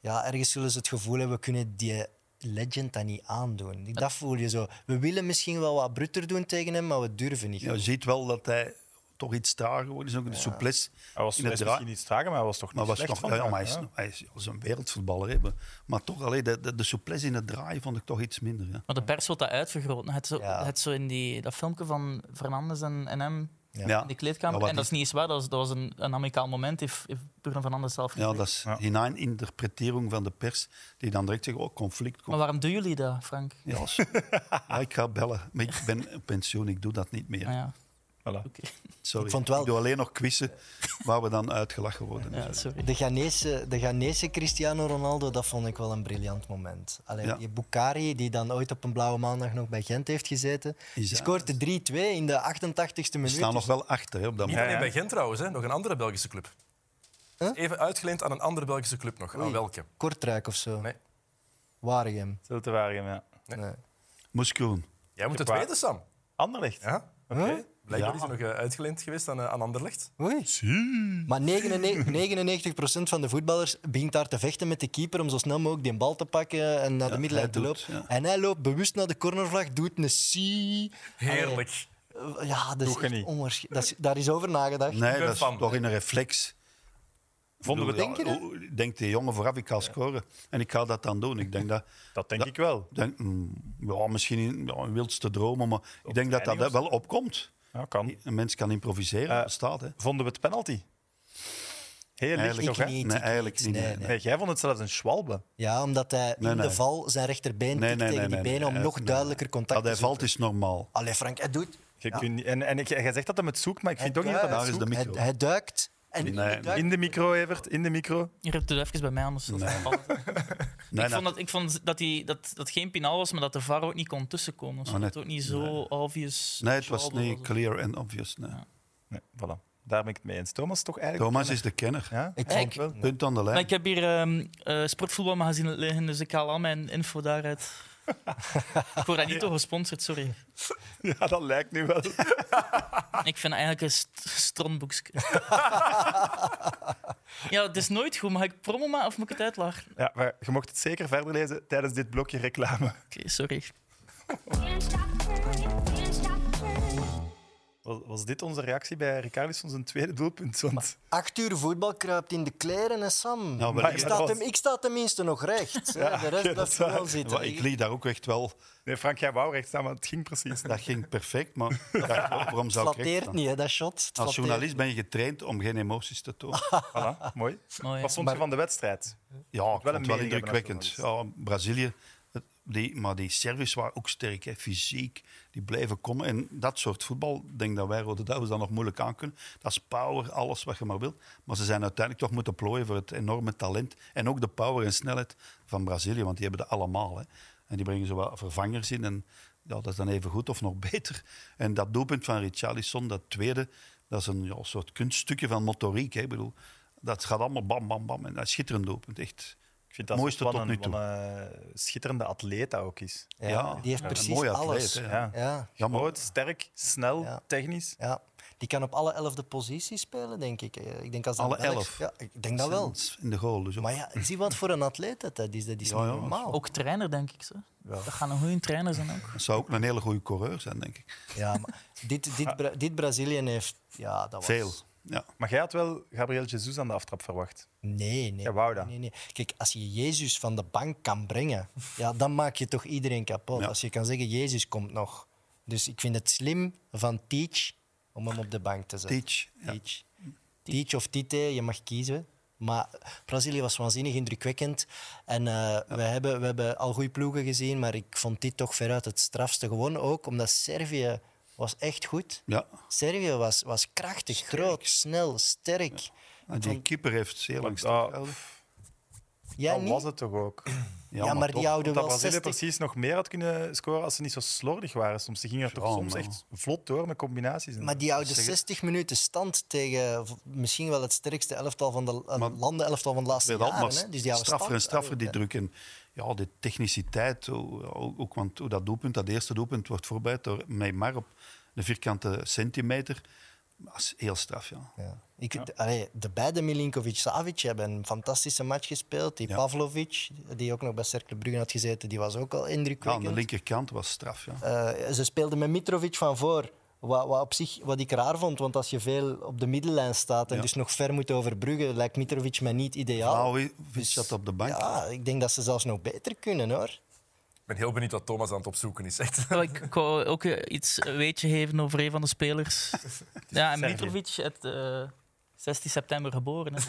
B: ja, ergens zullen ze het gevoel hebben, we kunnen die legend dat niet aandoen. Ik- Dat voel je zo. We willen misschien wel wat bruter doen tegen hem, maar we durven niet.
C: Ja, je ziet wel dat hij toch iets trager wordt. Is ook een souplesse.
A: Hij was
C: in
A: hij
C: het
A: is
C: draai-
A: misschien iets trager, maar hij was toch niet
C: Maar, was
A: slecht
C: toch, ja,
A: vandaag,
C: maar hij, is,
A: hè?
C: hij is- hij is een wereldvoetballer. Hè. Maar- Maar toch, alleen de, de, de souplesse in het draaien vond ik toch iets minder. Ja.
E: Maar de pers wil dat uitvergroten. Het zo,
B: Ja.
E: het zo in die, dat filmpje van Fernandes en, en hem
B: Ja.
E: in de kleedkamer.
C: Ja, wat
E: en dat is
C: is-
E: niet eens waar. Dat was, dat was een, een amicaal moment, heeft, heeft Bruno Fernandes zelf gezegd.
C: Ja, dat is
A: Ja.
C: hinein interpretering van de pers, die dan direct zegt, oh, conflict.
E: Maar
C: conflict.
E: waarom doen jullie dat, Frank?
C: Ja, als- ja, ik ga bellen. Maar ik ben op pensioen, ik doe dat niet meer.
E: Ah, ja.
A: Voilà.
E: Oké.
C: Sorry.
B: Ik vond wel-
C: doe alleen nog quizzen waar we dan uitgelachen worden.
E: ja, sorry.
B: De Ghanese, de Ghanese Cristiano Ronaldo, dat vond ik wel een briljant moment. Alleen
C: Ja.
B: die Bukhari, die dan ooit op een blauwe maandag nog bij Gent heeft gezeten, die
C: Is-
B: scoorde 3-2 in de 88e
C: We
B: minuut.
C: staan nog wel achter hè, op dat
F: Niet
C: moment.
F: alleen
A: ja.
F: bij Gent trouwens, hè. nog een andere Belgische club.
B: Huh?
F: Even uitgeleend aan een andere Belgische club nog. Aan
B: Oei.
F: welke?
B: Kortrijk of zo.
F: Nee.
B: Waregem.
A: Zult te waren, ja.
B: Nee.
C: Moeskroen.
F: Jij moet het
A: Waar-
F: weten, Sam.
A: Anderlecht.
F: Ja? Oké. Blijkbaar
C: Ja.
F: is hij nog eh, uitgeleend geweest aan, eh, aan Anderlecht.
B: Oei. Maar 99 99% van de voetballers begint daar te vechten met de keeper om zo snel mogelijk die bal te pakken en naar de middenlijn te
C: hij
B: lopen.
C: doet, ja.
B: En hij loopt bewust naar de cornervlag, doet een C.
F: Heerlijk.
B: Allee, Ja, dat is,
A: Doe je
B: echt
A: niet.
B: onwaarsch- dat is Daar is over nagedacht.
C: Nee,
F: ben
C: dat is
F: fan.
C: toch in een reflex.
A: Vonden we
C: Ik bedoel,
A: dat?
B: je dat?
C: hoe- ik denk de jongen vooraf, ik ga scoren. En ik ga dat dan doen. Ik denk dat...
A: Dat denk
C: Dat-
A: ik wel.
C: ik Denk, mm, ja, misschien in- ja, in wildste dromen, maar ik denk dat
A: training of
C: dat wel opkomt.
A: Ja, kan.
C: Een mens kan improviseren,
A: Eh,
C: dat staat. Hè.
A: Vonden we het penalty? Heel licht,
C: Eigenlijk
A: toch?
B: ik
A: hè?
B: niet.
C: Nee, eigenlijk
B: iets,
C: niet.
B: nee,
C: Nee,
B: nee.
C: nee.
A: Nee, jij vond het zelfs een schwalbe.
B: Ja, omdat hij
C: Nee,
B: in
C: nee.
B: de val zijn rechterbeen
C: Nee,
B: tikt
C: nee,
B: tegen
C: nee,
B: die
C: nee,
B: benen
C: nee,
B: om
C: nee, eh,
B: nog
C: nee.
B: duidelijker contact
C: Dat
B: te
C: hij valt
B: zoeken.
C: is normaal.
B: Allee, Frank, hij doet...
A: Je kunt niet- en en ik- jij zegt dat hem het zoekt, maar ik vind ook niet dat
B: duikt.
A: hij
C: Daar
A: het
C: is de
A: zoekt.
B: Hij,
C: micro.
B: hij duikt en in de
C: Nee, nee.
B: duik-
A: In de micro, Evert, in de micro.
E: Je hebt het even bij mij, anders zult het vallen.
C: Nee,
E: ik,
C: nee.
E: vond dat, ik vond dat die, dat, dat geen pinaal was, maar dat de VAR ook niet kon tussenkomen.
C: Ah,
E: Dus
C: nee.
E: Dat het ook niet zo obvious
C: Nee, het was
E: schwalbe
C: niet clear and obvious. Nee.
A: Nee, voilà. Daar ben ik het mee eens. Thomas toch eigenlijk...
C: Thomas is de kenner.
A: Ja?
B: Ik
E: Kijk.
B: vond wel...
C: Punt aan de
E: Maar
C: lijn.
E: ik heb hier ehm eh sportvoetbalmagazine liggen, dus ik haal al mijn info daaruit. ik word daar niet door gesponsord, sorry.
A: ja, dat lijkt nu wel.
E: Ik vind eigenlijk een st strontboekske. ja, het is nooit goed. Mag ik promo maken of moet ik het uitlachen?
A: Ja, maar je mocht het zeker verder lezen tijdens dit blokje reclame.
E: Oké, sorry.
D: Can't stop burning, can't stop burning.
A: We Was, was dit onze reactie bij Ricardison zijn tweede doelpunt? Want
B: Acht uur voetbal kruipt in de kleren en Sam.
C: Ja, maar
B: ik,
A: ik-
B: sta ten- ik sta tenminste nog recht. hè. de rest
A: ja, dat
B: blijft
A: is
B: wel
A: waar.
B: zitten.
C: ik liet daar ook echt wel...
A: nee, Frank, jij wou recht staan, maar het ging precies.
C: Dat ging perfect, maar ik dacht, waarom zou ik recht
B: flatteert
C: staan?
B: niet, hè, dat shot. Het
C: Als
B: flatteert.
C: journalist ben je getraind om geen emoties te tonen.
A: Voilà, mooi.
E: Mooi.
A: Wat vond je van de wedstrijd?
C: Ja, ik
A: wel een
C: wel vond het wel
A: mening hebben
C: indrukwekkend. Ja, Brazilië, het- die, maar die Serviërs waren ook sterk, hè, fysiek. Die blijven komen. En dat soort voetbal, ik denk dat wij Rode Duivels dat nog moeilijk aan kunnen. Dat is power, alles wat je maar wilt. Maar ze zijn uiteindelijk toch moeten plooien voor het enorme talent. En ook de power en snelheid van Brazilië, want die hebben dat allemaal. Hè. En die brengen zo wat vervangers in. En ja, dat is dan even goed of nog beter. En dat doelpunt van Richarlison, dat tweede, dat is een ja, soort kunststukje van motoriek. Hè. Ik bedoel, dat gaat allemaal bam, bam, bam. En dat is schitterend doelpunt, echt.
A: Ik vind dat
C: Mooiste
A: wat
C: tot
A: een,
C: nu toe.
A: wat een eh, schitterende atleet dat ook is.
B: Ja,
C: Ja,
B: die heeft
C: een
B: precies
C: mooi atleet,
B: alles.
C: hè,
A: ja.
B: ja. Ja,
C: Jammer.
A: Groot, sterk, snel,
B: Ja.
A: technisch.
B: die kan op alle elfde posities spelen, denk ik. Eh, ik denk als dat
C: Alle
B: een Belg-
C: elf?
B: Ja, ik denk dat wel.
C: In de goal. Dus ook.
B: Maar ja, zie wat voor een atleet dat, dat is. Dat is
C: Ja,
B: niet
C: ja,
B: normaal.
E: Ook trainer, denk ik. Zo. Dat gaan een goede trainer zijn ook.
C: Dat zou ook een hele goede coureur zijn, denk ik.
B: Ja, maar dit, dit, Bra- dit Brazilië heeft... Ja, dat was...
C: Veel. Ja.
A: Maar jij had wel Gabriel Jesus aan de aftrap verwacht.
B: Nee, nee.
A: Ja, wou dat.
B: Nee, nee. Kijk, als je Jezus van de bank kan brengen, ja, dan maak je toch iedereen kapot.
C: Ja.
B: Als je kan zeggen, Jezus komt nog. Dus ik vind het slim van Teach om hem op de bank te zetten.
C: Teach. Ja.
B: Teach. Teach of Tite, je mag kiezen. Maar Brazilië was waanzinnig indrukwekkend. En eh, we, hebben, we hebben al goede ploegen gezien, maar ik vond dit toch veruit het strafste. Gewoon ook omdat Servië was echt goed.
C: Ja.
B: Servië was, was krachtig, groot, snel, sterk.
C: En die keeper heeft zeer lang
A: Ah,
C: staan.
B: Jij
A: dat
B: niet?
A: was het toch ook?
B: Ja, maar, die houden
A: Want dat
B: wel
A: Brazilië
B: 60.
A: precies nog meer had kunnen scoren als ze niet zo slordig waren. Soms ze gingen er toch
C: Ja,
A: soms
C: maar-
A: echt vlot door met combinaties. en
B: Maar
A: zo.
B: die houden
C: Zeg het.
B: 60 minuten stand tegen v- misschien wel het sterkste elftal van de eh,
C: Maar-
B: landenelftal van de laatste
C: Weet al,
B: jaren.
C: maar
B: hè. Dus die houden
C: straffer en
B: stand.
C: straffer die
B: Eh,
C: druk. En ja, de techniciteit, hoe- ook, ook want hoe dat doelpunt, dat eerste doelpunt, wordt voorbereid door Neymar op een vierkante centimeter. Dat is heel straf, ja.
B: Ja. Ik, de, allee, de beide Milinkovic-Savic hebben een fantastische match gespeeld. Die
C: Ja.
B: Pavlovic, die ook nog bij Cercle Brugge had gezeten, die was ook al
C: Ja, aan
B: indrukwekkend.
C: de linkerkant was straf, ja.
B: Eh, ze speelden met Mitrovic van voor. Wat, wat op zich wat ik raar vond, want als je veel op de middenlijn staat en
C: Ja.
B: dus nog ver moet overbruggen, lijkt Mitrovic mij niet ideaal.
C: Vlahovic zat op de bank.
B: dus Ja, ik denk dat ze zelfs nog beter kunnen hoor.
F: ben heel benieuwd wat Thomas aan het opzoeken is. Echt.
E: Wel, Ik ik wou ook eh, iets een weetje geven over een van de spelers. Ja, en
A: Servië.
E: Mitrovic, het, eh, 16 september geboren. hè.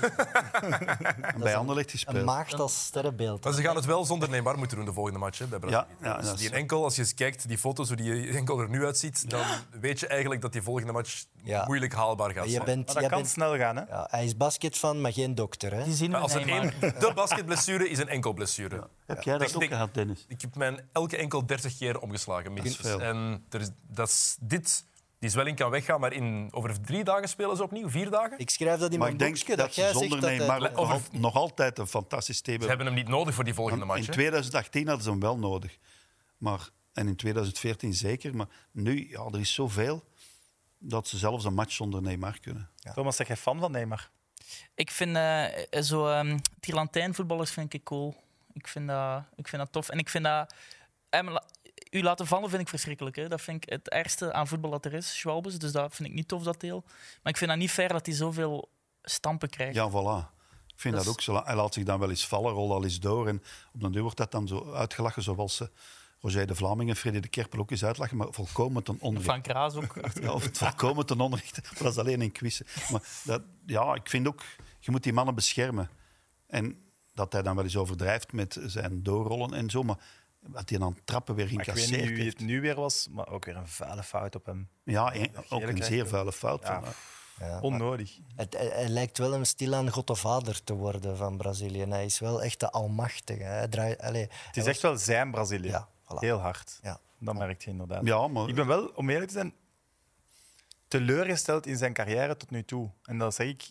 C: En bij Anderlecht
B: Een
C: gespeeld.
B: maagd als sterrenbeeld.
F: Maar ze gaan het wel zonder Neymar moeten doen de volgende match hè, bij Brazilië.
C: Ja, ja,
F: Dus
C: dat is
F: die
C: zo.
F: enkel, als je eens kijkt, die foto's, hoe die enkel er nu uitziet, dan weet je eigenlijk dat die volgende match
B: Ja.
F: moeilijk haalbaar gaat
B: Je
F: zijn.
B: bent,
A: Maar dat
B: jij
A: kan
B: bent,
A: snel gaan, hè?
B: ja, hij is basket van, maar geen dokter. Hè?
E: Die zien we
F: Maar Als er
E: Neymar.
F: één, de basketblessure is een enkel blessure.
C: Heb jij dat
F: Ik
C: ook
F: denk-
C: gehad, Dennis?
F: Ik heb mijn elke enkel 30 keer omgeslagen, minstens.
C: veel.
F: En er is, dat is dit, die zwelling kan weggaan, maar in, over drie dagen spelen ze opnieuw, vier dagen.
B: Ik schrijf dat in
C: Maar
B: mijn
C: ik denk
B: boekje,
C: dat,
B: dat
C: ze
B: jij zegt
C: zonder
B: dat hij-
C: Neymar
F: hij-
C: nog, al- nog altijd een fantastisch team
F: Ze hebben hem niet nodig voor die volgende match.
C: In
F: hè.
C: 2018 hadden ze hem wel nodig. Maar, en in 2014 zeker. Maar nu, ja, er is zoveel dat ze zelfs een match zonder Neymar kunnen.
A: Thomas, zeg jij fan van Neymar?
E: Ik vind eh zo ehm Tirlantijn-voetballers vind ik cool. Ik vind, dat, ik vind dat tof. En ik vind dat... hem la- u laten vallen vind ik verschrikkelijk. Hè. Dat vind ik het ergste aan voetbal dat er is, Schwalbes. Dus dat vind ik niet tof, dat deel. Maar ik vind dat niet fair dat hij zoveel stampen krijgt.
C: Ja, voilà. Ik vind dat,
E: Dat is-
C: ook zo. Hij laat zich dan wel eens vallen, rolt al eens door. En op den duur wordt dat dan zo uitgelachen, zoals ze Roger de Vlaming en Freddy de Kerpel ook eens uitlachen. Maar volkomen ten onrechte.
E: Frank Raas ook.
C: Ja, of het volkomen ten onrechte. Maar dat is alleen in quizzen. Maar dat, ja, ik vind ook, je moet die mannen beschermen. En dat hij dan wel eens overdrijft met zijn doorrollen en zo. Maar wat hij dan trappen weer
A: Maar ik weet niet
C: incasseert.
A: wie
C: heeft.
A: het nu weer was, maar ook weer een vuile fout op hem.
C: Ja, en- ook een
A: krijgt
C: zeer
A: ook.
C: vuile fout.
A: Ja.
C: van, eh,
A: Onnodig.
B: Het, hij, hij lijkt wel een stilaan God of Vader te worden van Brazilië. En hij is wel echt de almachtige. Hè? Hij draait- allee,
A: Het
B: hij
A: is echt wel zijn Brazilië.
B: Ja, voilà.
A: Heel hard.
B: Ja.
A: Dat merk je inderdaad.
C: Ja, maar-
A: Ik ben wel, om eerlijk te zijn, teleurgesteld in zijn carrière tot nu toe. En dat zeg ik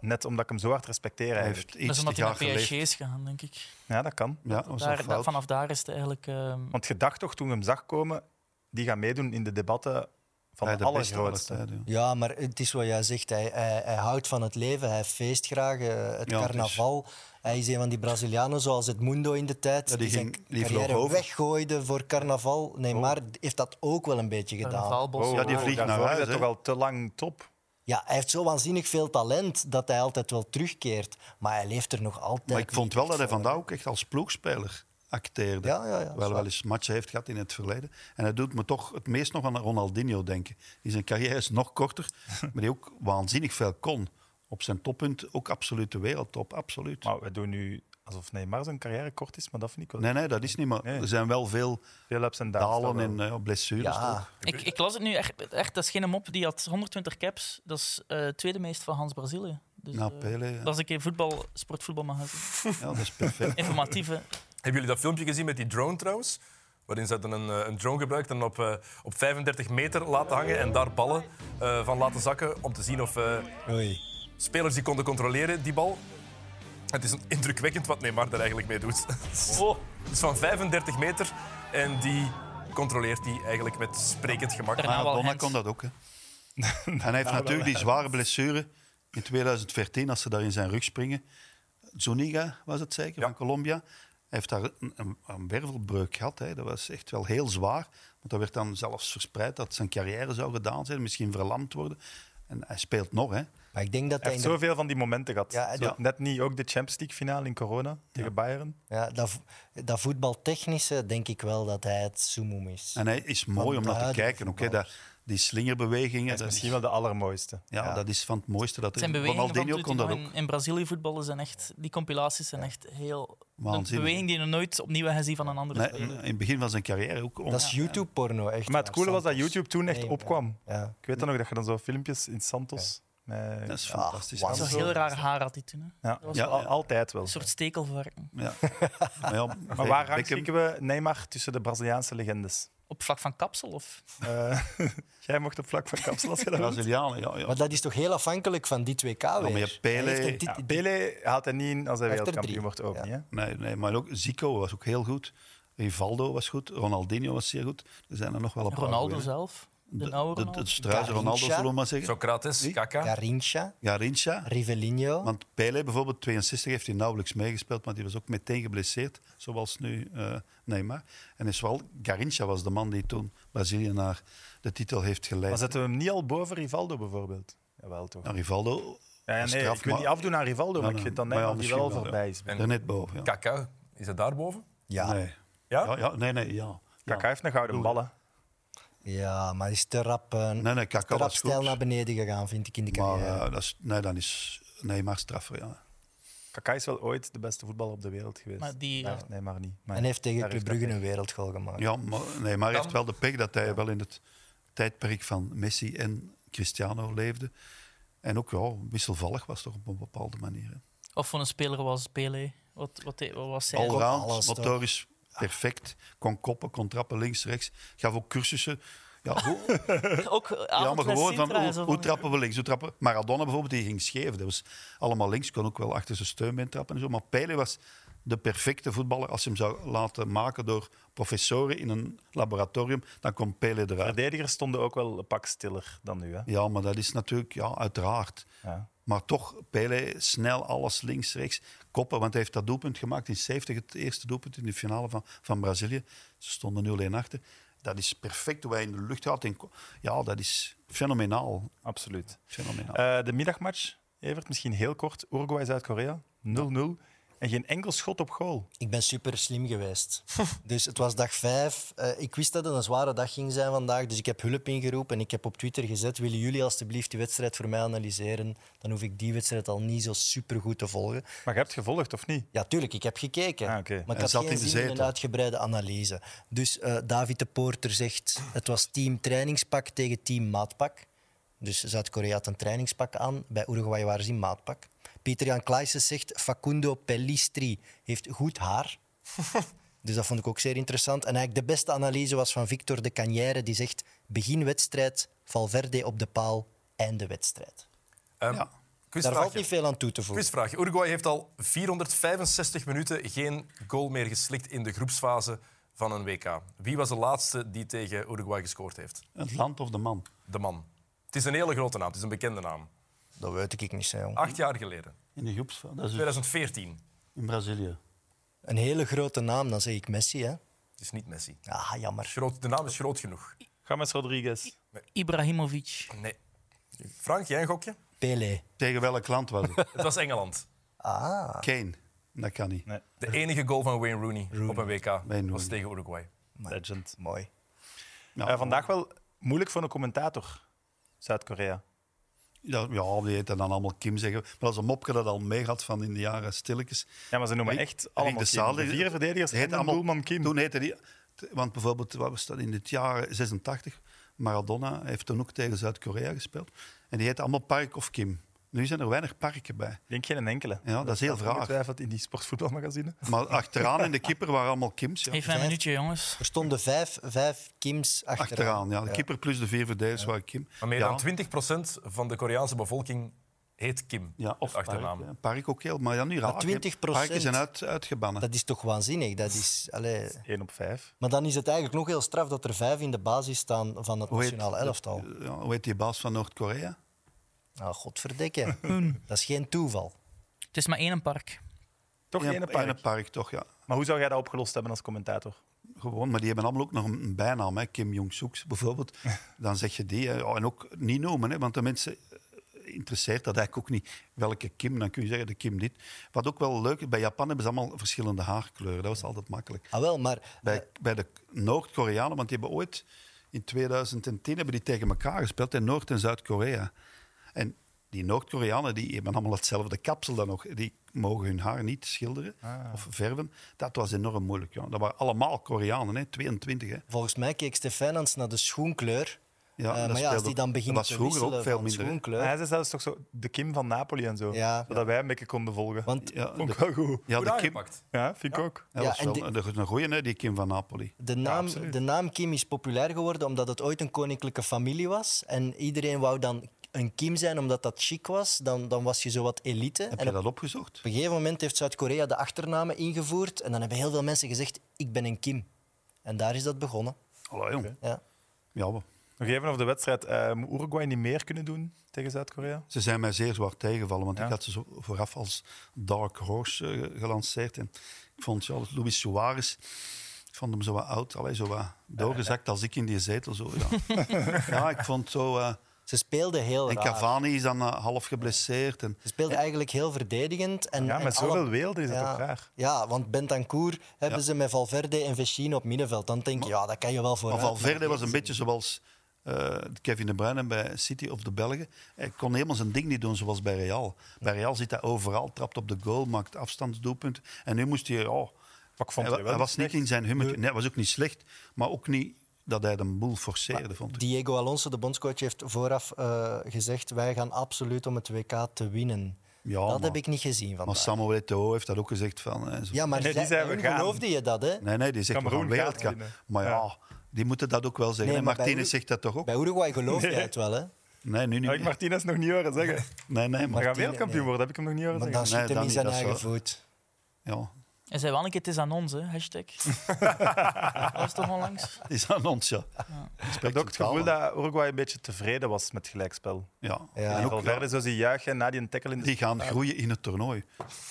A: net omdat ik hem zo hard respecteer
C: Hij
A: eigenlijk.
C: heeft
E: Dat is
C: iets te
E: omdat hij naar
C: graag
E: PSG
C: geleefd.
E: is gegaan, denk ik.
A: Ja, dat kan.
C: Ja, dat was een
E: Daar- da-
C: fout.
E: vanaf daar is het eigenlijk... ehm,
A: Want je dacht toch toen je hem zag komen, die gaat meedoen in de debatten Van
C: Bij
A: de
C: de beste
A: allergrootste.
C: alle tijden, ja.
B: Ja, maar het is wat jij zegt. Hij, hij, hij houdt van het leven, hij feest graag. eh, het
C: Ja, het
B: carnaval. Hij is een van die Brazilianen, zoals het Mundo in de tijd.
C: Ja, die
B: zijn
C: ging- die vloog
B: carrière
C: over. Oh.
B: weggooide voor carnaval. Nee, maar heeft dat ook wel een beetje gedaan.
E: Carnavalbos.
C: Ja, die vliegt
A: Oh, daarvoor
C: naar
A: is
C: huis,
A: hij
C: hè.
A: toch al te lang top.
B: Ja, hij heeft zo waanzinnig veel talent dat hij altijd wel terugkeert. Maar hij leeft er nog altijd.
C: Maar ik vond
B: niet
C: wel dat hij
B: voor.
C: vandaag ook echt als ploegspeler acteerde.
B: eh, Ja, ja, ja, dat is
C: Terwijl hij
B: waar.
C: wel eens matchen heeft gehad in het verleden. En hij doet me toch het meest nog aan Ronaldinho denken. Die zijn carrière is nog korter, maar die ook waanzinnig veel kon. Op zijn toppunt ook absoluut de wereldtop, absoluut.
A: Maar we doen nu alsof Neymar zijn carrière kort is, maar dat vind ik wel.
C: Nee, nee, dat is niet, maar
A: Nee.
C: er zijn wel veel
A: Veel ups en downs. dat
C: dalen
A: wel.
C: en eh, blessures.
B: Ja,
C: toch?
E: Ik, ik las het nu echt, echt, dat is geen mop. Die had 120 caps. Dat is eh tweede meest van Hans Brazilië. Dus,
C: Na
E: eh,
C: Pele, ja.
E: Dat is een keer voetbal, sportvoetbalmagazine.
C: Ja, dat is perfect.
E: Informatieve.
F: Hebben jullie dat filmpje gezien met die drone trouwens? Waarin ze dan een, eh, een drone gebruikt en op, eh, op 35 meter laten hangen en daar ballen eh, van laten zakken om te zien of eh,
B: oei.
F: spelers die konden controleren die bal. Het is een- indrukwekkend wat Neymar daar eigenlijk mee doet.
E: Oh,
F: Het is van 35 meter en die controleert die eigenlijk met sprekend gemak.
E: Daarna wel
C: Maradona
E: hands.
C: kon dat ook. Hè. en hij heeft natuurlijk die zware blessure in 2014, als ze daar in zijn rug springen. Zuniga was het zeker, van Colombia. Hij heeft daar een, een, een wervelbreuk gehad. Hè. Dat was echt wel heel zwaar. Want dat werd dan zelfs verspreid dat zijn carrière zou gedaan zijn. Misschien verlamd worden. En hij speelt nog. Hè.
B: Maar ik denk dat
A: Hij
B: hij...
A: heeft
B: in de-
A: zoveel van die momenten gehad.
B: Ja, hij
A: Zo
B: doet-
A: Net niet ook de Champions League finale in corona tegen Bayern.
B: Ja, dat, vo- dat voetbaltechnische denk ik wel dat hij het sumo is.
C: En hij is mooi om
B: de
C: naar te
B: huidige
C: kijken. Oké, dat, die slingerbewegingen.
A: Dat is
C: Dat is,
A: misschien wel de allermooiste.
C: ja, dat is van het mooiste dat
E: het
C: er
E: zijn bewegingen van
C: Ronaldinho kon dat
E: Toetino
C: ook.
E: in, in Brazilië voetballen. Zijn echt, die compilaties zijn echt heel... Een
C: Waanzinnig.
E: beweging die je nooit opnieuw hebt gezien van een andere
C: Nee,
E: speler.
C: in het begin van zijn carrière ook. on-
B: Dat is YouTube-porno, echt.
A: Maar het
B: waar,
A: coole was dat
B: Santos.
A: YouTube toen echt
B: Nee,
A: opkwam.
B: Ja.
A: Ik weet dan nog dat je dan zo filmpjes in Santos. met-
C: Dat is
B: Ah,
C: fantastisch.
B: wauw.
E: Zo'n
B: Zo-
E: heel raar haar had hij toen. hè.
A: ja.
E: was
A: Ja,
C: wel-
A: al- altijd wel.
E: Een soort stekelvarken.
C: Ja. Maar, ja,
A: Maar waar
C: Beckham-
A: rangschikken we Neymar tussen de Braziliaanse legendes?
E: Op vlak van kapsel? Of?
A: Eh, jij mocht op vlak van kapsel als je dat wilt.
C: Brazilianen, ja. ja.
B: Maar dat is toch heel afhankelijk van die 2K weer?
C: maar je hebt Pele-
B: Hij heeft een tit-
A: Ja, Pele haalt hij niet in als hij
B: Hij heeft
A: wereldkampioen
B: er drie.
A: wordt ook
B: Ja.
A: niet. Hè?
C: Nee, nee, maar ook Zico was ook heel goed. Rivaldo was goed. Ronaldinho was zeer goed. Er zijn er nog wel een paar.
E: Ronaldo
C: goeie, hè.
E: zelf?
C: De-
E: De
C: de-
E: oude
C: de-
E: Ronaldo?
C: Het struise Ronaldo,
B: Garrincha.
C: zullen we maar zeggen.
F: Socrates, Kaka.
B: Garrincha,
C: Garincha.
B: Rivellino.
C: Want Pele bijvoorbeeld, 62, heeft hij nauwelijks meegespeeld, maar die was ook meteen geblesseerd, zoals nu eh Neymar. En is wel, Garincha was de man die toen Brazilië naar de titel heeft
A: Maar
C: geleid.
A: zetten we hem niet al boven Rivaldo bijvoorbeeld? Jawel toch?
C: Nou, Rivaldo,
A: Ja, ja,
C: dat is
A: nee,
C: straf,
A: ik wil
C: maar-
A: niet afdoen aan Rivaldo, maar
C: Ja,
A: ik vind dat
C: maar ja,
A: Neymar die wel al
C: misschien wel, ja.
A: voorbij is.
F: En-
C: er net boven. Ja.
F: Kaka, is dat daarboven?
B: Ja.
C: Nee.
F: Ja?
C: Ja, ja, nee, nee, ja. ja.
A: Kaka heeft een gouden ballen.
B: ja, maar hij is te rap, eh,
C: Nee, nee, Kaka
B: te rap
C: was goed.
B: stijl naar beneden gegaan, vind ik, in de
C: Maar
B: carrière.
C: eh, dat is, nee, dan is Neymar straffer, ja.
A: Kaka is wel ooit de beste voetballer op de wereld geweest.
E: Maar die,
A: Daar
E: ja.
A: heeft Neymar niet. Maar
B: en heeft tegen
A: daar
B: Club
A: heeft
B: Brugge
A: dat
B: een wereldgoal gemaakt.
C: Ja, maar Neymar
F: Dan-
C: heeft wel de pech dat hij wel in het tijdperk van Messi en Cristiano leefde. En ook ja, wisselvallig was toch op een bepaalde manier. hè.
E: Of voor een speler was Pele? Wat, wat, wat was hij?
C: Allround,
B: alles, toch?
C: motorisch perfect. Kon koppen, kon trappen links, rechts. Gaf ook cursussen. Ja, hoe,
E: Ook
C: ja
E: avond
C: maar
E: met
C: gewoon
E: Sintra en
C: van
E: zo
C: hoe, hoe
E: van-
C: trappen we links? Hoe trappen we- Maradona bijvoorbeeld, die ging scheef. Dat was allemaal links, kon ook wel achter zijn steunbeen trappen en zo. Maar Pele was de perfecte voetballer. Als je hem zou laten maken door professoren in een laboratorium, dan kwam Pele
A: De
C: eruit.
A: verdedigers stonden ook wel een pak stiller dan nu. Hè?
C: Ja, maar dat is natuurlijk, ja, uiteraard.
A: Ja.
C: Maar toch, Pele, snel alles links, rechts, koppen. Want hij heeft dat doelpunt gemaakt in 70, het eerste doelpunt in de finale van, van Brazilië. Ze stonden 0-1 achter. Dat is perfect hoe hij in de lucht houdt. en ko- Ja, dat is fenomenaal.
A: Absoluut.
C: fenomenaal.
A: Eh, de middagmatch, Evert, misschien heel kort. Uruguay-Zuid-Korea, 0-0. En geen enkel schot op goal.
B: Ik ben super slim geweest. dus het was dag vijf. Eh, ik wist dat het een zware dag ging zijn vandaag, dus ik heb hulp ingeroepen en ik heb op Twitter gezet: willen jullie alstublieft die wedstrijd voor mij analyseren? Dan hoef ik die wedstrijd al niet zo super goed te volgen.
A: Maar je hebt gevolgd, of niet?
B: Ja, tuurlijk, ik heb gekeken.
A: Ah, oké.
B: Maar
C: Hij
B: ik had
C: zat
B: geen
C: in de
B: zin in een
C: zetel.
B: uitgebreide analyse. Dus eh, David de Poorter zegt, het was team trainingspak tegen team maatpak. Dus Zuid-Korea had een trainingspak aan, bij Uruguay waren ze in maatpak. Pieter-Jan Klaisen zegt, Facundo Pellistri heeft goed haar. Dus dat vond ik ook zeer interessant. En eigenlijk de beste analyse was van Victor de Canière, die zegt, begin wedstrijd, Valverde op de paal, einde wedstrijd.
F: Ehm,
C: Ja.
B: Daar valt
F: Quizvraagje.
B: niet veel aan toe te voegen.
F: Quizvraag. Uruguay heeft al 465 minuten geen goal meer geslikt in de groepsfase van een WK. Wie was de laatste die tegen Uruguay gescoord heeft?
C: Het land of de man.
F: De man. Het is een hele grote naam, het is een bekende naam.
B: Dat weet ik niet, hè, jong.
F: Acht jaar geleden,
C: In de groeps. Dat is dus
F: 2014.
C: in Brazilië.
B: Een hele grote naam, dan zeg ik Messi, hè.
F: Het is niet Messi.
B: Ah, jammer.
F: Groot, de naam is groot genoeg.
A: James Rodriguez.
E: Ibrahimovic.
F: Nee. Frank, jij een gokje?
B: Pelé.
C: Tegen welk land was het?
F: Het was Engeland.
C: Kane. Dat kan niet.
A: Nee,
F: De enige goal van Wayne Rooney, op een WK was
C: Rooney.
F: tegen Uruguay.
A: legend.
B: Mooi.
C: Ja,
A: Eh, vandaag wel moeilijk voor een commentator. Zuid-Korea.
C: Ja, ja, die heet dan allemaal Kim zeggen. Maar dat is een mopje dat al mee had van in de jaren stilletjes.
A: Ja, maar ze noemen
C: Rick-
A: echt allemaal
C: Rick de
A: Kim.
C: Saler-
A: De vier verdedigers
C: Ze heet
A: en een
C: allemaal-
A: doelman Kim.
C: Toen heette die... t- Want bijvoorbeeld, wat was dat in het jaar 86? Maradona heeft toen ook tegen Zuid-Korea gespeeld. En die heette allemaal Park of Kim. Nu zijn er weinig parken bij.
A: Ik denk geen enkele.
C: Ja, dat is heel raar.
A: Ongetwijfeld in die sportvoetbalmagazine.
C: Maar achteraan in de keeper waren allemaal Kims. Ja.
E: Even een
B: Vijf.
E: minuutje, jongens.
B: Er stonden vijf, vijf Kims achteraan.
C: Achteraan, ja. De keeper plus de vier verdedigers waren Kim.
F: Maar meer
C: ja.
F: dan 20% van de Koreaanse bevolking heet Kim.
C: Ja, of
F: Het achternaam.
C: Park, hè. Park ook heel, maar ja, nu raar. hè.
B: 20%.
C: Parken zijn uit, uitgebannen.
B: Dat is toch waanzinnig? Dat is, allee.
A: 1 op 5.
B: Maar dan is het eigenlijk nog heel straf dat er vijf in de basis staan van het
C: Hoe heet-
B: nationale elftal.
C: Eh, Ja, hoe heet die baas van Noord-Korea?
B: Nou, godverdikke. Dat is geen toeval.
E: Het is maar één park.
A: Toch
C: Ene-
A: één park.
C: Ene park, toch, ja.
A: Maar hoe zou jij dat opgelost hebben als commentator?
C: Gewoon, maar die hebben allemaal ook nog een bijnaam. Hè. Kim Jong-soeks bijvoorbeeld. Dan zeg je die. hè. Ja, en ook niet noemen, hè, want de mensen eh, interesseert dat eigenlijk ook niet. Welke Kim, dan kun je zeggen de Kim dit. Wat ook wel leuk is, bij Japan hebben ze allemaal verschillende haarkleuren. Dat was altijd makkelijk.
B: Ah, wel, maar
C: Bij, bij de Noord-Koreanen, want die hebben ooit in 2010 hebben die tegen elkaar gespeeld in Noord- en Zuid-Korea. En die Noord-Koreanen die hebben allemaal hetzelfde kapsel dan nog. Die mogen hun haar niet schilderen
A: Ah.
C: of verven. Dat was enorm moeilijk. Ja. Dat waren allemaal Koreanen, hè? 22. Hè?
B: volgens mij keek Stefanans naar de schoenkleur.
C: Ja,
B: Eh,
C: dat
B: maar ja, als
C: speelde-
B: die dan
C: dat
B: begint
C: was
B: te
C: vroeger ook
B: wisselen
C: veel
B: van
C: minder, hè.
B: schoenkleur...
A: Maar hij zei zelfs toch zo de Kim van Napoli en zo.
B: Ja.
A: Zodat wij een beetje konden volgen.
B: Want
C: Ja,
A: Vond ik
C: de,
A: wel goed.
C: ja,
F: Goed
C: de Kim,
F: aangepakt.
A: Ja, vind ik ook.
C: ja,
B: Ja,
C: was
B: en
C: wel
B: die-
C: dat is een goeie, hè, die Kim van Napoli.
B: De naam, de naam Kim is populair geworden omdat het ooit een koninklijke familie was. En iedereen wou dan een Kim zijn omdat dat chic was. Dan, dan was je zo wat elite.
C: Heb
B: en
C: je
B: op,
C: dat opgezocht?
B: op een gegeven moment heeft Zuid-Korea de achternamen ingevoerd. En dan hebben heel veel mensen gezegd, ik ben een Kim. En daar is dat begonnen.
C: Allee, jong.
B: Ja.
C: Ja, maar
A: Nog even over de wedstrijd. Eh, Moet Uruguay niet meer kunnen doen tegen Zuid-Korea?
C: Ze zijn mij zeer zwaar tegengevallen, want
A: Ja.
C: ik had ze zo vooraf als Dark Horse eh, gelanceerd. En ik vond ja, dat Luis Suarez, ik vond hem zo wat oud, allee, zo wat doorgezakt als ik in die zetel. Zo, ja. ja, ik vond zo... eh,
B: Ze speelden heel
C: en
B: raar.
C: Cavani is dan eh, half geblesseerd. En,
B: Ze speelden eigenlijk heel verdedigend. En,
A: Ja,
B: en
A: met
B: alle-
A: zoveel weelde is dat
B: ja,
A: toch raar?
B: Ja, want Bentancur hebben
C: Ja.
B: ze met Valverde en Vecino op middenveld. Dan denk je, ja, dat kan je wel voor.
C: maar Valverde was een beetje zoals eh, Kevin De Bruyne bij City of de Belgen. Hij kon helemaal zijn ding niet doen zoals bij Real. Bij Real zit hij overal, trapt op de goal, maakt afstandsdoelpunten. En nu moest hij... Oh,
A: Maar ik vond het
C: hij, wa-
A: wel
C: hij was niet
A: slecht.
C: in zijn humeur. Nee, hij was ook niet slecht, maar ook niet dat hij de boel forceerde, vond ik.
B: Diego Alonso, de bondscoach, heeft vooraf eh, gezegd... wij gaan absoluut om het WK te winnen.
C: Ja,
B: dat
C: maar-
B: heb ik niet gezien
C: Maar
B: vandaag.
C: Samuel Eto'o heeft dat ook gezegd. Van, eh, zo-
B: ja, maar
A: Nee, die
B: zij-
A: zei, we
B: hun
A: gaan.
B: geloofde je dat, hè?
C: Nee, nee, die zegt
A: Cameroen
C: van
A: gaat
C: wereldkaart.
A: winnen.
C: Maar ja,
A: Ja.
C: die moeten dat ook wel zeggen.
B: Nee,
C: En
B: maar bij
C: Martinez
B: Ur-
C: zegt dat toch ook?
B: Bij Uruguay geloofde hij het wel, hè?
C: Nee, nu niet
A: Heb ik
C: meer.
A: Martinez nog niet horen zeggen.
C: Nee, nee,
A: We
C: maar...
A: gaan wereldkampioen worden, heb ik hem nog niet horen
B: Maar
A: zeggen.
B: dan schiet hem
C: dan
B: in
C: niet,
B: zijn
C: dat is
B: eigen
C: wel-
B: voet.
C: Ja,
E: En zei wel een keer, het is aan ons, hè? Hashtag. dat was toch onlangs?
C: het is aan ons, ja. Ik
A: Ik
C: spreek
A: had ook het
C: zijn taal,
A: gevoel
C: hè.
A: dat Uruguay een beetje tevreden was met gelijkspel.
C: Ja,
B: Ja.
C: En
A: En
C: ook, ja,
A: Valverde zo zie juichen na die tackle in de...
C: die gaan groeien in het toernooi.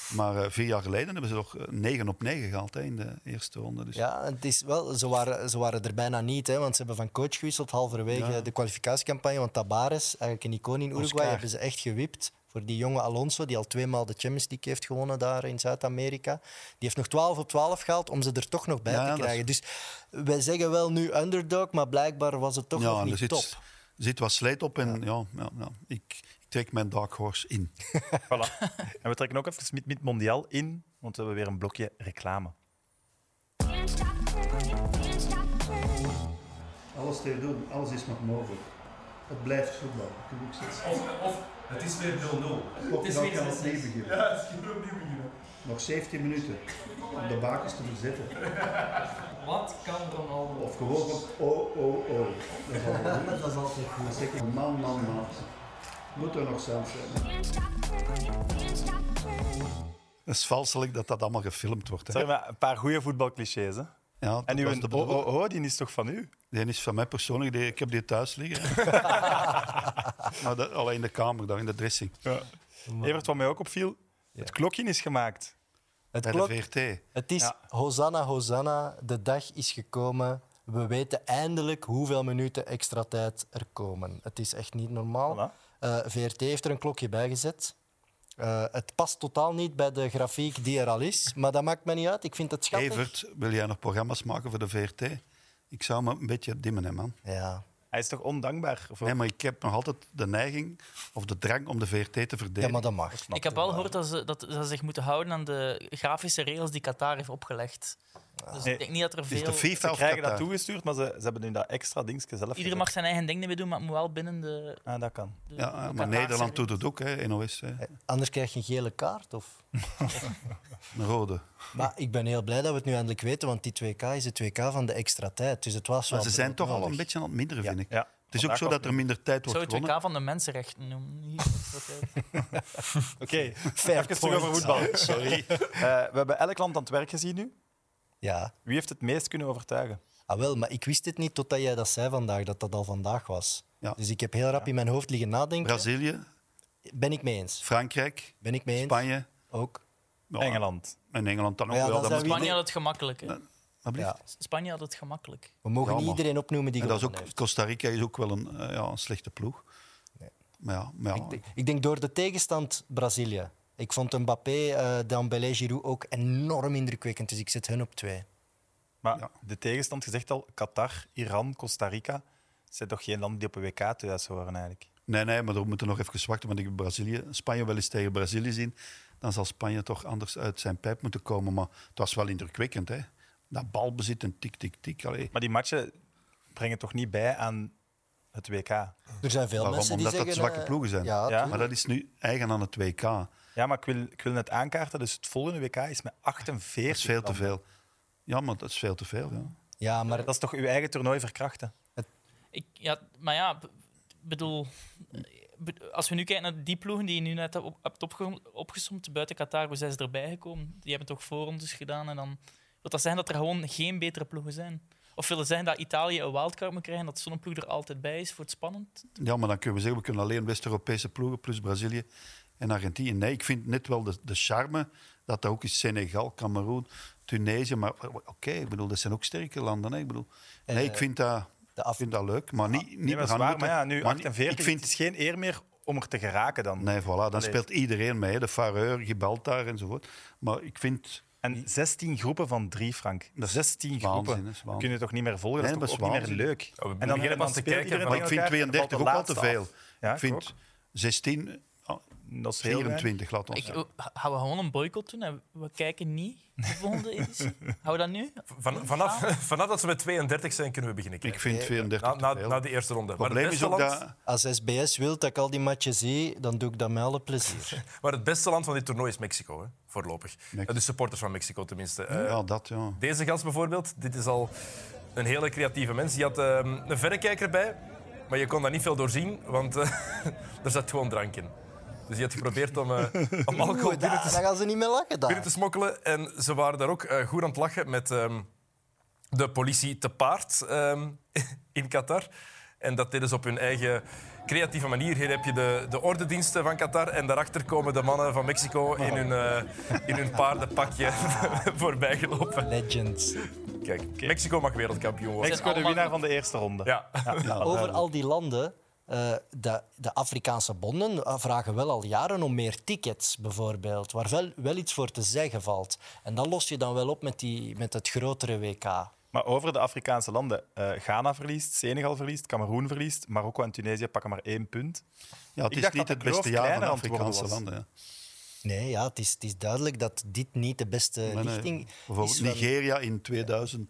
C: Maar eh, vier jaar geleden hebben ze toch eh, negen op negen gehaald hè, in de eerste ronde. Dus.
B: Ja, het is wel, ze, waren, ze waren er bijna niet, hè, want ze hebben van coach gewisseld halverwege de kwalificatiecampagne. Want Tabares, eigenlijk een icoon in Uruguay,
C: Oscar.
B: hebben ze echt gewipt voor die jonge Alonso, die al tweemaal de Champions League heeft gewonnen daar in Zuid-Amerika. Die heeft nog 12 op 12 gehaald om ze er toch nog bij
C: Ja, dat
B: te
C: is-
B: krijgen. Dus wij zeggen wel nu underdog, maar blijkbaar was het toch
C: ja,
B: nog
C: en
B: niet
C: er zit,
B: top.
C: zit wat slijt op en ja, ja, ja, ik, ik trek mijn dark horse in.
A: Voilà. En we trekken ook even Mid Mid Mondial in, want we hebben weer een blokje reclame.
D: Can't stop burning, can't stop burning.
C: Alles te doen, alles is nog mogelijk. Het blijft voetbal. Dat kun je ook zeggen.
H: Of, of het is weer 0-0.
C: Nog
H: Het is
C: wel
H: weer
C: kan het
H: 6-6.
C: niet beginnen.
H: Ja, het is weer opnieuw beginnen.
C: Nog 17 minuten om de bakens te verzetten.
H: Wat kan Ronaldo?
C: Of gewoon van oh, oh, oh. Dat is altijd goed. Dat is altijd goed. Dan zeg ik man, man, man. Moet er nog zelf zijn.
D: Can't stop burning, can't stop burning.
C: Het is valselijk dat dat allemaal gefilmd wordt.
A: Sorry, maar een paar goede voetbalclichés. Hè?
I: Ja, dat
A: En uw
I: was de bedoeling.
A: OOO, die is toch van u?
I: Die is van mij persoonlijk, die, ik heb die thuis liggen. maar dat, alleen in de kamer, daar in de dressing.
A: Ja. Evert, wat mij ook opviel, het klokje is gemaakt.
B: Het
I: Bij
B: klopt.
I: de VRT.
B: Het is
A: Ja.
B: Hosanna, Hosanna, de dag is gekomen. We weten eindelijk hoeveel minuten extra tijd er komen. Het is echt niet normaal.
A: Voilà.
B: Eh, VRT heeft er een klokje bij gezet. Eh, het past totaal niet bij de grafiek die er al is, maar dat maakt me niet uit. Ik vind het schattig.
I: Evert, wil jij nog programma's maken voor de VRT? Ik zou me een beetje dimmen, hè, man.
B: Ja.
A: Hij is toch ondankbaar? Of
I: Nee, maar ik heb nog altijd de neiging of de drang om de VRT te
B: ja,
I: verdedigen.
B: maar dat mag.
E: Ik heb wel gehoord dat ze, dat, dat ze zich moeten houden aan de grafische regels die Qatar heeft opgelegd. Dus
A: Nee,
E: ik denk niet dat er
I: is de
E: veel...
I: FIFA
A: Ze
I: of
A: krijgen dat
I: Qatar?
A: toegestuurd, maar ze, ze hebben nu dat extra dingetje zelf
E: Iedereen mag
A: gezet.
E: zijn eigen ding ermee doen, maar het moet wel binnen de...
A: Ah, dat kan.
E: de- de
I: Ja, eh, maar
E: Qatarse
I: Nederland
E: regels.
I: doet het ook, hè, NOS. Hè.
B: Anders krijg je een gele kaart. Of...
I: Een rode.
B: Maar ik ben heel blij dat we het nu eindelijk weten, want die 2K is de 2K van de extra tijd. Dus het was
I: Maar
B: wel
I: ze zijn toch al
B: broodnodig.
I: een beetje aan het minderen, vind ik.
A: Ja.
I: Het is
A: Vandaag
I: ook zo dat er minder tijd
E: Ik zou
I: wordt
E: het
I: gewonnen.
E: WK van de mensenrechten noemen. Niet-
A: Oké,
B: Fair
A: even terug over
B: point.
A: voetbal. Sorry. we hebben elk land aan het werk gezien nu.
B: Ja.
A: Wie heeft het meest kunnen overtuigen?
B: Ah wel, maar ik wist het niet totdat jij dat zei vandaag, dat dat al vandaag was.
I: Ja.
B: Dus ik heb heel rap in mijn hoofd liggen nadenken.
I: Brazilië,
B: Ben ik mee eens?
I: Frankrijk,
B: Ben ik mee eens?
I: Spanje.
B: Ook.
I: Ja,
A: Engeland.
I: En Engeland dan ook
B: Maar ja,
I: wel.
B: dat
I: dat
B: zijn
I: moet-
E: Spanje had het gemakkelijk. hè.
I: Alsjeblieft.
B: Ja.
E: Spanje had het gemakkelijk.
B: We mogen
I: Ja,
B: niet
I: maar-
B: iedereen opnoemen die
I: En dat is
B: gewonnen
I: ook, Costa Rica is ook wel een, eh, ja, een slechte ploeg. Maar ja, maar ja,
B: heeft. Ik denk- Ik denk door de tegenstand Brazilië. Ik vond Mbappé, eh Dembélé, Giroud ook enorm indrukwekkend. Dus ik zet hun op twee.
A: Maar de tegenstand, gezegd al, Qatar, Iran, Costa Rica. Het zijn toch geen landen die op een WK thuis horen, eigenlijk?
I: nee, nee, maar we moeten nog even wachten. Want ik heb Brazilië, Spanje wel eens tegen Brazilië zien. Dan zal Spanje toch anders uit zijn pijp moeten komen. Maar het was wel indrukwekkend, hè? Dat balbezit en tik, tik, tik. Allee.
A: Maar die matchen brengen toch niet bij aan het WK?
B: Er zijn veel
I: Waarom?
B: mensen die
I: Omdat dat
B: zeggen...
I: zwakke
B: eh,
I: ploegen zijn.
B: Ja,
A: Ja.
B: tuurlijk.
I: Maar dat is nu eigen aan het WK. Dat
A: Ja, maar ik wil, ik wil net aankaarten, dus het volgende WK is met 48
I: is veel te
A: landen.
I: veel. Ja, maar dat is veel te veel. Ja.
B: ja, maar
A: Dat is toch uw eigen toernooi verkrachten?
E: Ik, ja, maar ja, b- bedoel, eh, be- als we nu kijken naar die ploegen die je nu net hebt op- hebt opge- opgesomd, buiten Qatar, hoe zijn ze erbij gekomen? Die hebben toch voorrondes gedaan en dan... Wil dat zeggen dat er gewoon geen betere ploegen zijn? Of willen zeggen dat Italië een wildcard moet krijgen, dat zo'n ploeg er altijd bij is, voor het spannend?
I: Ja, maar dan kunnen we zeggen, we kunnen alleen West-Europese ploegen plus Brazilië en Argentinië. Nee, ik vind net wel de, de charme dat dat ook is Senegal, Cameroen, Tunesië. Maar oké, ik bedoel, dat zijn ook sterke landen. Hè? Ik bedoel, nee,
A: Eh,
I: ik vind dat,
B: de
I: ik
B: af...
I: vind dat leuk, maar niet, niet
A: Ah, Nee,
I: we
A: maar, dat
I: gaan
A: is waar,
I: moeten-
A: maar ja, nu
I: maar niet-
A: 48,
I: Ik vind,
A: het is geen eer meer om er te geraken dan.
I: nee, voilà, dan speelt iedereen mee. hè. De Fareur, Gibraltar enzovoort. Maar ik vind...
A: En 16 groepen van drie, Frank.
I: Dat is
A: 16
I: waanzin, hè,
A: groepen.
I: dat is
A: Dat
I: waanzin.
A: kun je toch niet meer volgen? Dat
I: Nee,
A: is toch
I: dat is
A: ook niet meer
I: waanzin.
A: leuk?
F: we
A: en
F: beginnen
A: dan, dan
F: pas te
A: speelt
F: kijken
A: iedereen tegen
F: van-
I: Maar ik vind
A: elkaar en dan
I: 32 ook al
A: valt de
I: te
A: laatste
I: veel.
A: af. Ja,
I: ik vind
A: ook.
I: 16, ah,
A: Dat is heel weinig.
I: 24, laat ons
E: Ik, eh, gaan we gewoon een boycott doen en we kijken niet de volgende editie? Houden we dat nu?
F: Van, vanaf, vanaf dat ze met 32 zijn, kunnen we beginnen.
I: Ik
F: kijken.
I: vind 32
A: Nou,
F: na, na,
I: te veel.
F: na de eerste ronde.
I: het probleem
F: maar, het
I: is
F: beste
I: ook
F: land,
I: dat...
B: Als SBS wil dat ik al die matchen zie, dan doe ik dat met alle plezier.
F: maar het beste land van dit toernooi is Mexico, hè, voorlopig.
I: Mexico.
F: De supporters van Mexico tenminste. Eh,
I: Ja, dat, ja.
F: Deze gast bijvoorbeeld, dit is al een hele creatieve mens. Die had ehm, een verrekijker bij, maar je kon daar niet veel door zien, want eh, er zat gewoon drank in. Dus die had geprobeerd om, eh, om alcohol
B: Goed,
F: binnen
B: daar,
F: te,
B: daar gaan ze niet meer lachen. Daar.
F: binnen te smokkelen. En ze waren daar ook eh, goed aan het lachen met ehm, de politie te paard ehm, in Qatar. En dat deden ze op hun eigen creatieve manier. Hier heb je de, de ordendiensten van Qatar en daarachter komen de mannen van Mexico in hun, eh, in hun paardenpakje voorbij gelopen.
B: Legends.
F: Kijk, Mexico mag wereldkampioen worden.
A: Mexico de winnaar van de eerste ronde.
F: Ja.
B: Over al die landen. eh, de, de Afrikaanse bonden eh, vragen wel al jaren om meer tickets, bijvoorbeeld. Waar wel, wel iets voor te zeggen valt. En dat los je dan wel op met, die, met het grotere WK.
A: Maar over de Afrikaanse landen. Eh, Ghana verliest, Senegal verliest, Cameroen verliest, Marokko en Tunesië pakken maar één punt. Dus
I: Ja, het
A: Ik
I: is
A: dacht
I: niet
A: dat
I: het
A: de
I: beste
A: kloof kleiner
I: jaar van de
A: aan het worden
I: Afrikaanse
A: was.
I: landen. ja.
B: Nee, ja, het, is, het is duidelijk dat dit niet de beste
I: Maar, eh,
B: richting
I: Bijvoorbeeld
B: is. wel-
I: Nigeria in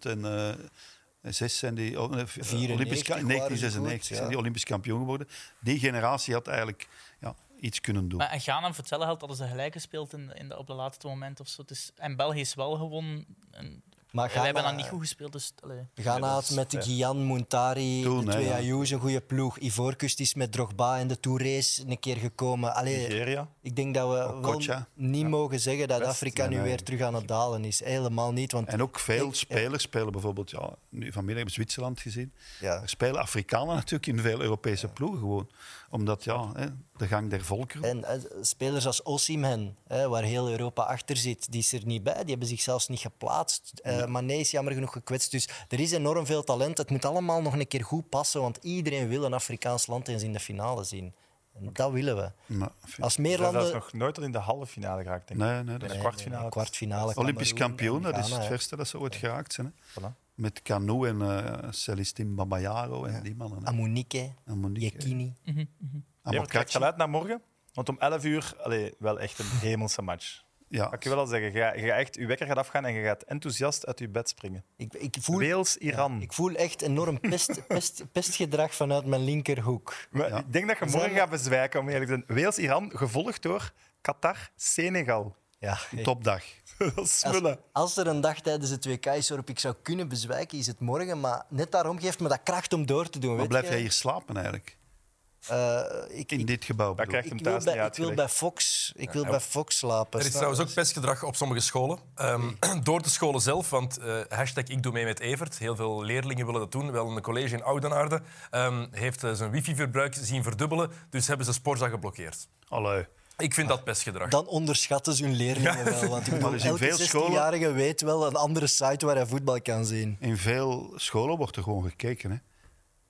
C: eh,
I: 2006 zijn die oh, nee, v- eh,
B: 94
I: Olympisch, ka- in
B: waren die
I: 1996
B: goed,
I: zijn die
B: ja.
I: Olympisch kampioen geworden. Die generatie had eigenlijk ja, iets kunnen doen.
E: Maar en Ghana dus, vertellen geld hadden ze gelijk gespeeld in, in de, op de laatste moment of zo. Het is- en België is wel gewoon... een-
B: Maar
E: Wij hebben
B: Ghana-
E: dan niet goed gespeeld, dus... Allee.
B: Ghana had met de Guyan, Muntari,
C: Toen,
B: de
C: hè,
B: twee
C: ja.
B: Ayouz een goede ploeg. Ivoorkust is met Drogba en de Touré's een keer gekomen. Allee,
A: Nigeria.
B: ik denk dat we wel
C: Okocha.
B: niet mogen zeggen dat Afrika nu
C: nee.
B: weer terug aan het dalen is. Helemaal niet, want
C: En ook veel spelers spelen bijvoorbeeld, ja, nu vanmiddag hebben we Zwitserland gezien.
B: Ja.
C: Er spelen Afrikanen natuurlijk in veel Europese ploegen gewoon. Omdat ja, hè, de gang der volkeren.
B: En eh, spelers als Osimhen, hè, waar heel Europa achter zit, die is er niet bij. Die hebben zich zelfs niet geplaatst. Eh Mané is jammer genoeg gekwetst. Dus er is enorm veel talent. Het moet allemaal nog een keer goed passen, want iedereen wil een Afrikaans land eens in de finale zien. En dat willen we.
C: Maar,
B: Als meer
A: Dus Dat is
B: landen...
A: nog nooit tot in de halve finale geraakt, denk ik.
C: nee, nee, dat
A: de
C: is
B: Nee,
A: kwartfinale.
B: nee, kwartfinale
C: Olympisch
B: Cameroen en
C: kampioen, dat is
B: Ghana,
C: het
B: hè.
C: verste dat ze ooit geraakt zijn. Hè.
A: Voilà.
C: Met Canoe en eh Celestine Babayaro en die mannen.
B: Ah,
C: hè.
B: Amunike,
C: Amunike.
B: Yekini.
A: Ja, maar kijk
C: Amokachi.
A: geluid naar morgen. Want om 11 uur, allee, wel echt een hemelse match.
C: Ja,
A: Kan ik je wel al zeggen, je gaat, je gaat echt, je wekker gaat afgaan en je gaat enthousiast uit je bed springen.
B: Ik, ik, voel,
A: Wales, Iran.
B: ik voel echt enorm pest, pest, pestgedrag vanuit mijn linkerhoek.
A: Maar
C: Ja.
A: ik denk dat je morgen gaat bezwijken, om eerlijk te zijn. Wales, Iran, gevolgd door Qatar, Senegal.
B: Ja,
C: topdag.
A: dat is smullen.
B: Als er een dag tijdens het WK is waarop ik zou kunnen bezwijken, is het morgen. Maar net daarom geeft me dat kracht om door te doen.
C: Waar
B: weet
C: blijf
B: je?
C: jij hier slapen eigenlijk?
B: Eh, ik,
C: In
B: ik,
C: dit gebouw
A: Dat
C: bedoel
A: krijg
C: ik.
A: je hem
B: ik, wil
A: thuis niet
B: bij, ik wil
A: uitgelegd.
B: bij Fox, ik wil bij Fox slapen.
F: Er is
B: snap
F: trouwens
B: je?
F: ook pestgedrag op sommige scholen. Ehm, door de scholen zelf, want eh, hashtag ik doe mee met Evert. Heel veel leerlingen willen dat doen. Wel, een college in Oudenaarde ehm, heeft eh, zijn wifi-verbruik zien verdubbelen. Dus hebben ze Sporza geblokkeerd.
C: Allee.
F: Ik vind dat pestgedrag.
B: Dan onderschatten ze hun leerlingen wel. Want ik bedoel,
C: er zijn
B: elke
C: veel scholen-
B: 16-jarige weet wel een andere site waar hij voetbal kan zien.
C: In veel scholen wordt er gewoon gekeken. Hè.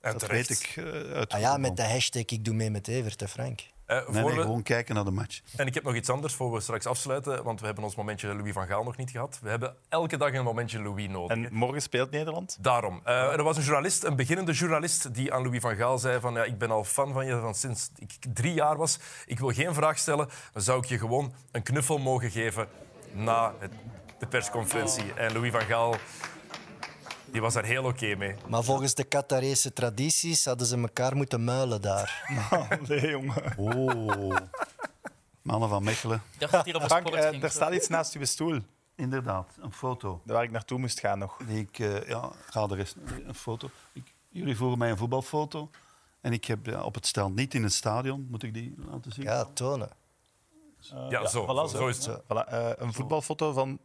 F: en
C: Dat
F: terecht.
C: weet ik eh, uit
B: Ah ja, met de hashtag ik doe mee met Evert, hè, Frank.
F: Eh,
C: Nee,
F: voor
C: nee,
F: we-
C: gewoon kijken naar de match.
F: En ik heb nog iets anders voor we straks afsluiten. Want we hebben ons momentje Louis van Gaal nog niet gehad. We hebben elke dag een momentje Louis nodig.
A: En morgen speelt Nederland.
F: Daarom. Eh, er was een journalist, een beginnende journalist, die aan Louis van Gaal zei van ja, ik ben al fan van je van sinds ik drie jaar was. Ik wil geen vraag stellen, dan zou ik je gewoon een knuffel mogen geven na het, de persconferentie. En Louis van Gaal, die was daar heel oké mee.
B: Maar volgens de Qatarese tradities hadden ze elkaar moeten muilen daar.
A: Nee, jongen.
C: Oh. Mannen van Mechelen.
E: Ik dacht dat hier op een
A: Frank,
E: sport
A: eh,
E: ging.
A: er staat iets naast uw stoel,
C: Inderdaad, een foto.
A: waar ik naartoe moest gaan nog.
C: Die ik, eh, ja, ga er eens een foto. Ik, jullie vroegen mij een voetbalfoto. En ik heb ja, op het strand, niet in het stadion, moet ik die laten zien?
B: Ja, tonen.
F: ja, zo.
A: voilà,
F: zo.
A: zo.
F: is het.
A: Voilà, eh, een voetbalfoto van...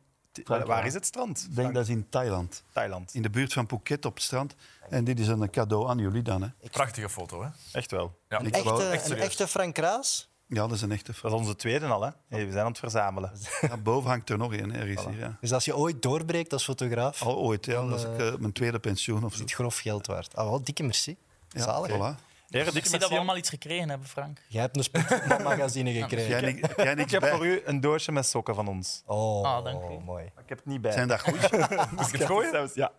A: eh, Waar is het strand?
C: Ik denk dat is in Thailand.
A: Thailand.
C: In de buurt van Phuket op het strand. En dit is een cadeau aan jullie dan. Hè.
F: Prachtige foto, hè?
A: Echt wel.
F: Ja.
C: Ik
B: Echte,
C: wou-
F: echt
B: een
F: serieus.
B: echte Frank Raas?
C: Ja, dat is een echte
A: Dat
C: foto.
A: is onze tweede al, hè? Hey, we zijn aan het verzamelen.
C: Ja, boven hangt er nog een, hè, ergens hier. Ja.
B: Dus als je ooit doorbreekt als fotograaf,
C: Al ooit, ja, dat is ik, eh, mijn tweede pensioen of
B: is
C: zo.
B: het grof geld waard. Ah, wel, dikke merci.
C: Ja,
B: Zalig.
C: voilà.
A: Heren,
E: Dus
A: dikke
E: Ik zie dat
A: merci
E: we
A: om-
E: allemaal iets gekregen hebben, Frank.
B: Jij hebt een sportmagazine gekregen.
C: Jij, ni- jij
A: Ik
C: niks
A: heb
C: bij?
A: voor u een doosje met sokken van ons.
B: Oh,
E: Ah, dank u.
B: mooi.
A: Ik heb het niet bij.
C: Zijn dat goed?
F: Moet ik het gooien?
A: Ja,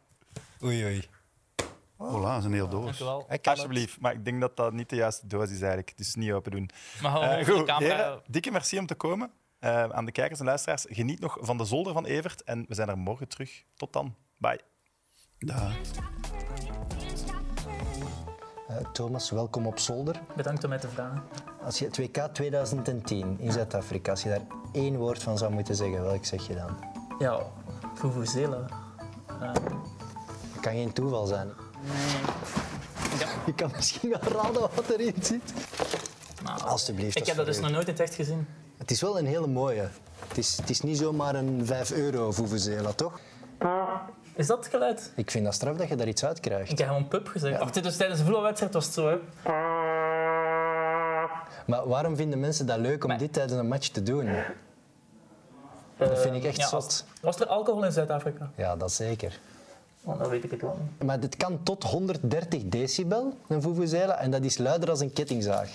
B: Oei, oei.
C: Voilà, dat is een heel
E: Dank
C: doos.
E: u
A: Eh,
E: wel.
B: Ik kan
A: alsjeblieft. Maar ik denk dat dat niet de juiste doos is eigenlijk. Dus niet open doen.
E: Maar hou
A: Eh,
E: over de
A: goed,
E: Oh, camera.
A: heren, dikke merci om te komen. Eh, aan de kijkers en luisteraars, geniet nog van de zolder van Evert. En we zijn er morgen terug. Tot dan. Bye.
C: Daar.
B: het. Eh, Thomas, welkom op zolder.
E: Bedankt om mij te vragen.
B: Als je het WK 2010 in Zuid-Afrika, als je daar één woord van zou moeten zeggen, welk zeg je dan?
E: Ja, Vuvuzela.
B: Het kan geen toeval zijn.
E: Ja.
B: Je kan misschien wel raden wat erin zit.
E: Nou,
B: Alsjeblieft.
E: ik heb dat dus nog
B: vervelend.
E: nooit in het echt gezien.
B: Het is wel een hele mooie. Het is, het is niet zomaar een 5 euro Vuvuzela, toch?
E: Is dat het geluid?
B: Ik vind dat straf dat je daar iets uit krijgt.
E: Ik heb gewoon pup gezegd. Wacht, dit was tijdens de voetbalwedstrijd was het zo, hè.
B: Maar waarom vinden mensen dat leuk om
E: Maar-
B: dit tijdens een match te doen? Dat vind ik echt
E: Eh, Ja,
B: zot.
E: als- Was er alcohol in Zuid-Afrika?
B: Ja, dat zeker.
E: Oh, dan weet ik het wel niet.
B: Maar dit kan tot 130 decibel, een vuvuzela, en dat is luider dan een kettingzaag.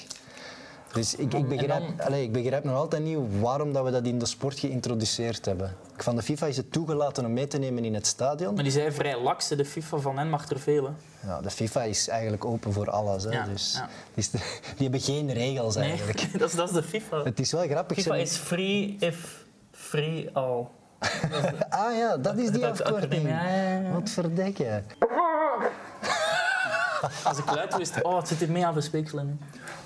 B: Dus ik, ik, begrijp,
E: dan-
B: allee, ik begrijp nog altijd niet waarom dat we dat in de sport geïntroduceerd hebben. Van de FIFA is het toegelaten om mee te nemen in het stadion.
E: Maar die zijn vrij laks, hè. de FIFA van hen mag er veel. hè.
B: Ja, de FIFA is eigenlijk open voor alles. Hè?
E: Ja,
B: dus
E: ja.
B: die, is- die hebben geen regels
E: Nee,
B: eigenlijk.
E: dat, is, dat is de FIFA.
B: Het is wel grappig.
E: FIFA
B: ze-
E: is free if free all.
B: Ah ja, dat is die
E: Dat- dat-
B: afkorting.
E: ja, ja, ja.
B: Wat verdek je?
E: Als ik luid wist, oh, het zit hier mee aan verspeekselen.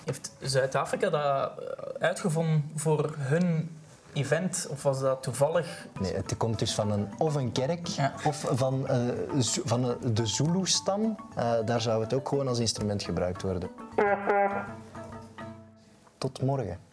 E: Heeft Zuid-Afrika dat eh, uitgevonden voor hun event? Of was dat toevallig?
B: Nee, het komt dus van een, of een kerk
E: Ja.
B: of van, eh, Zo- van eh, de Zulu-stam. Eh, daar zou het ook gewoon als instrument gebruikt worden. Tot morgen.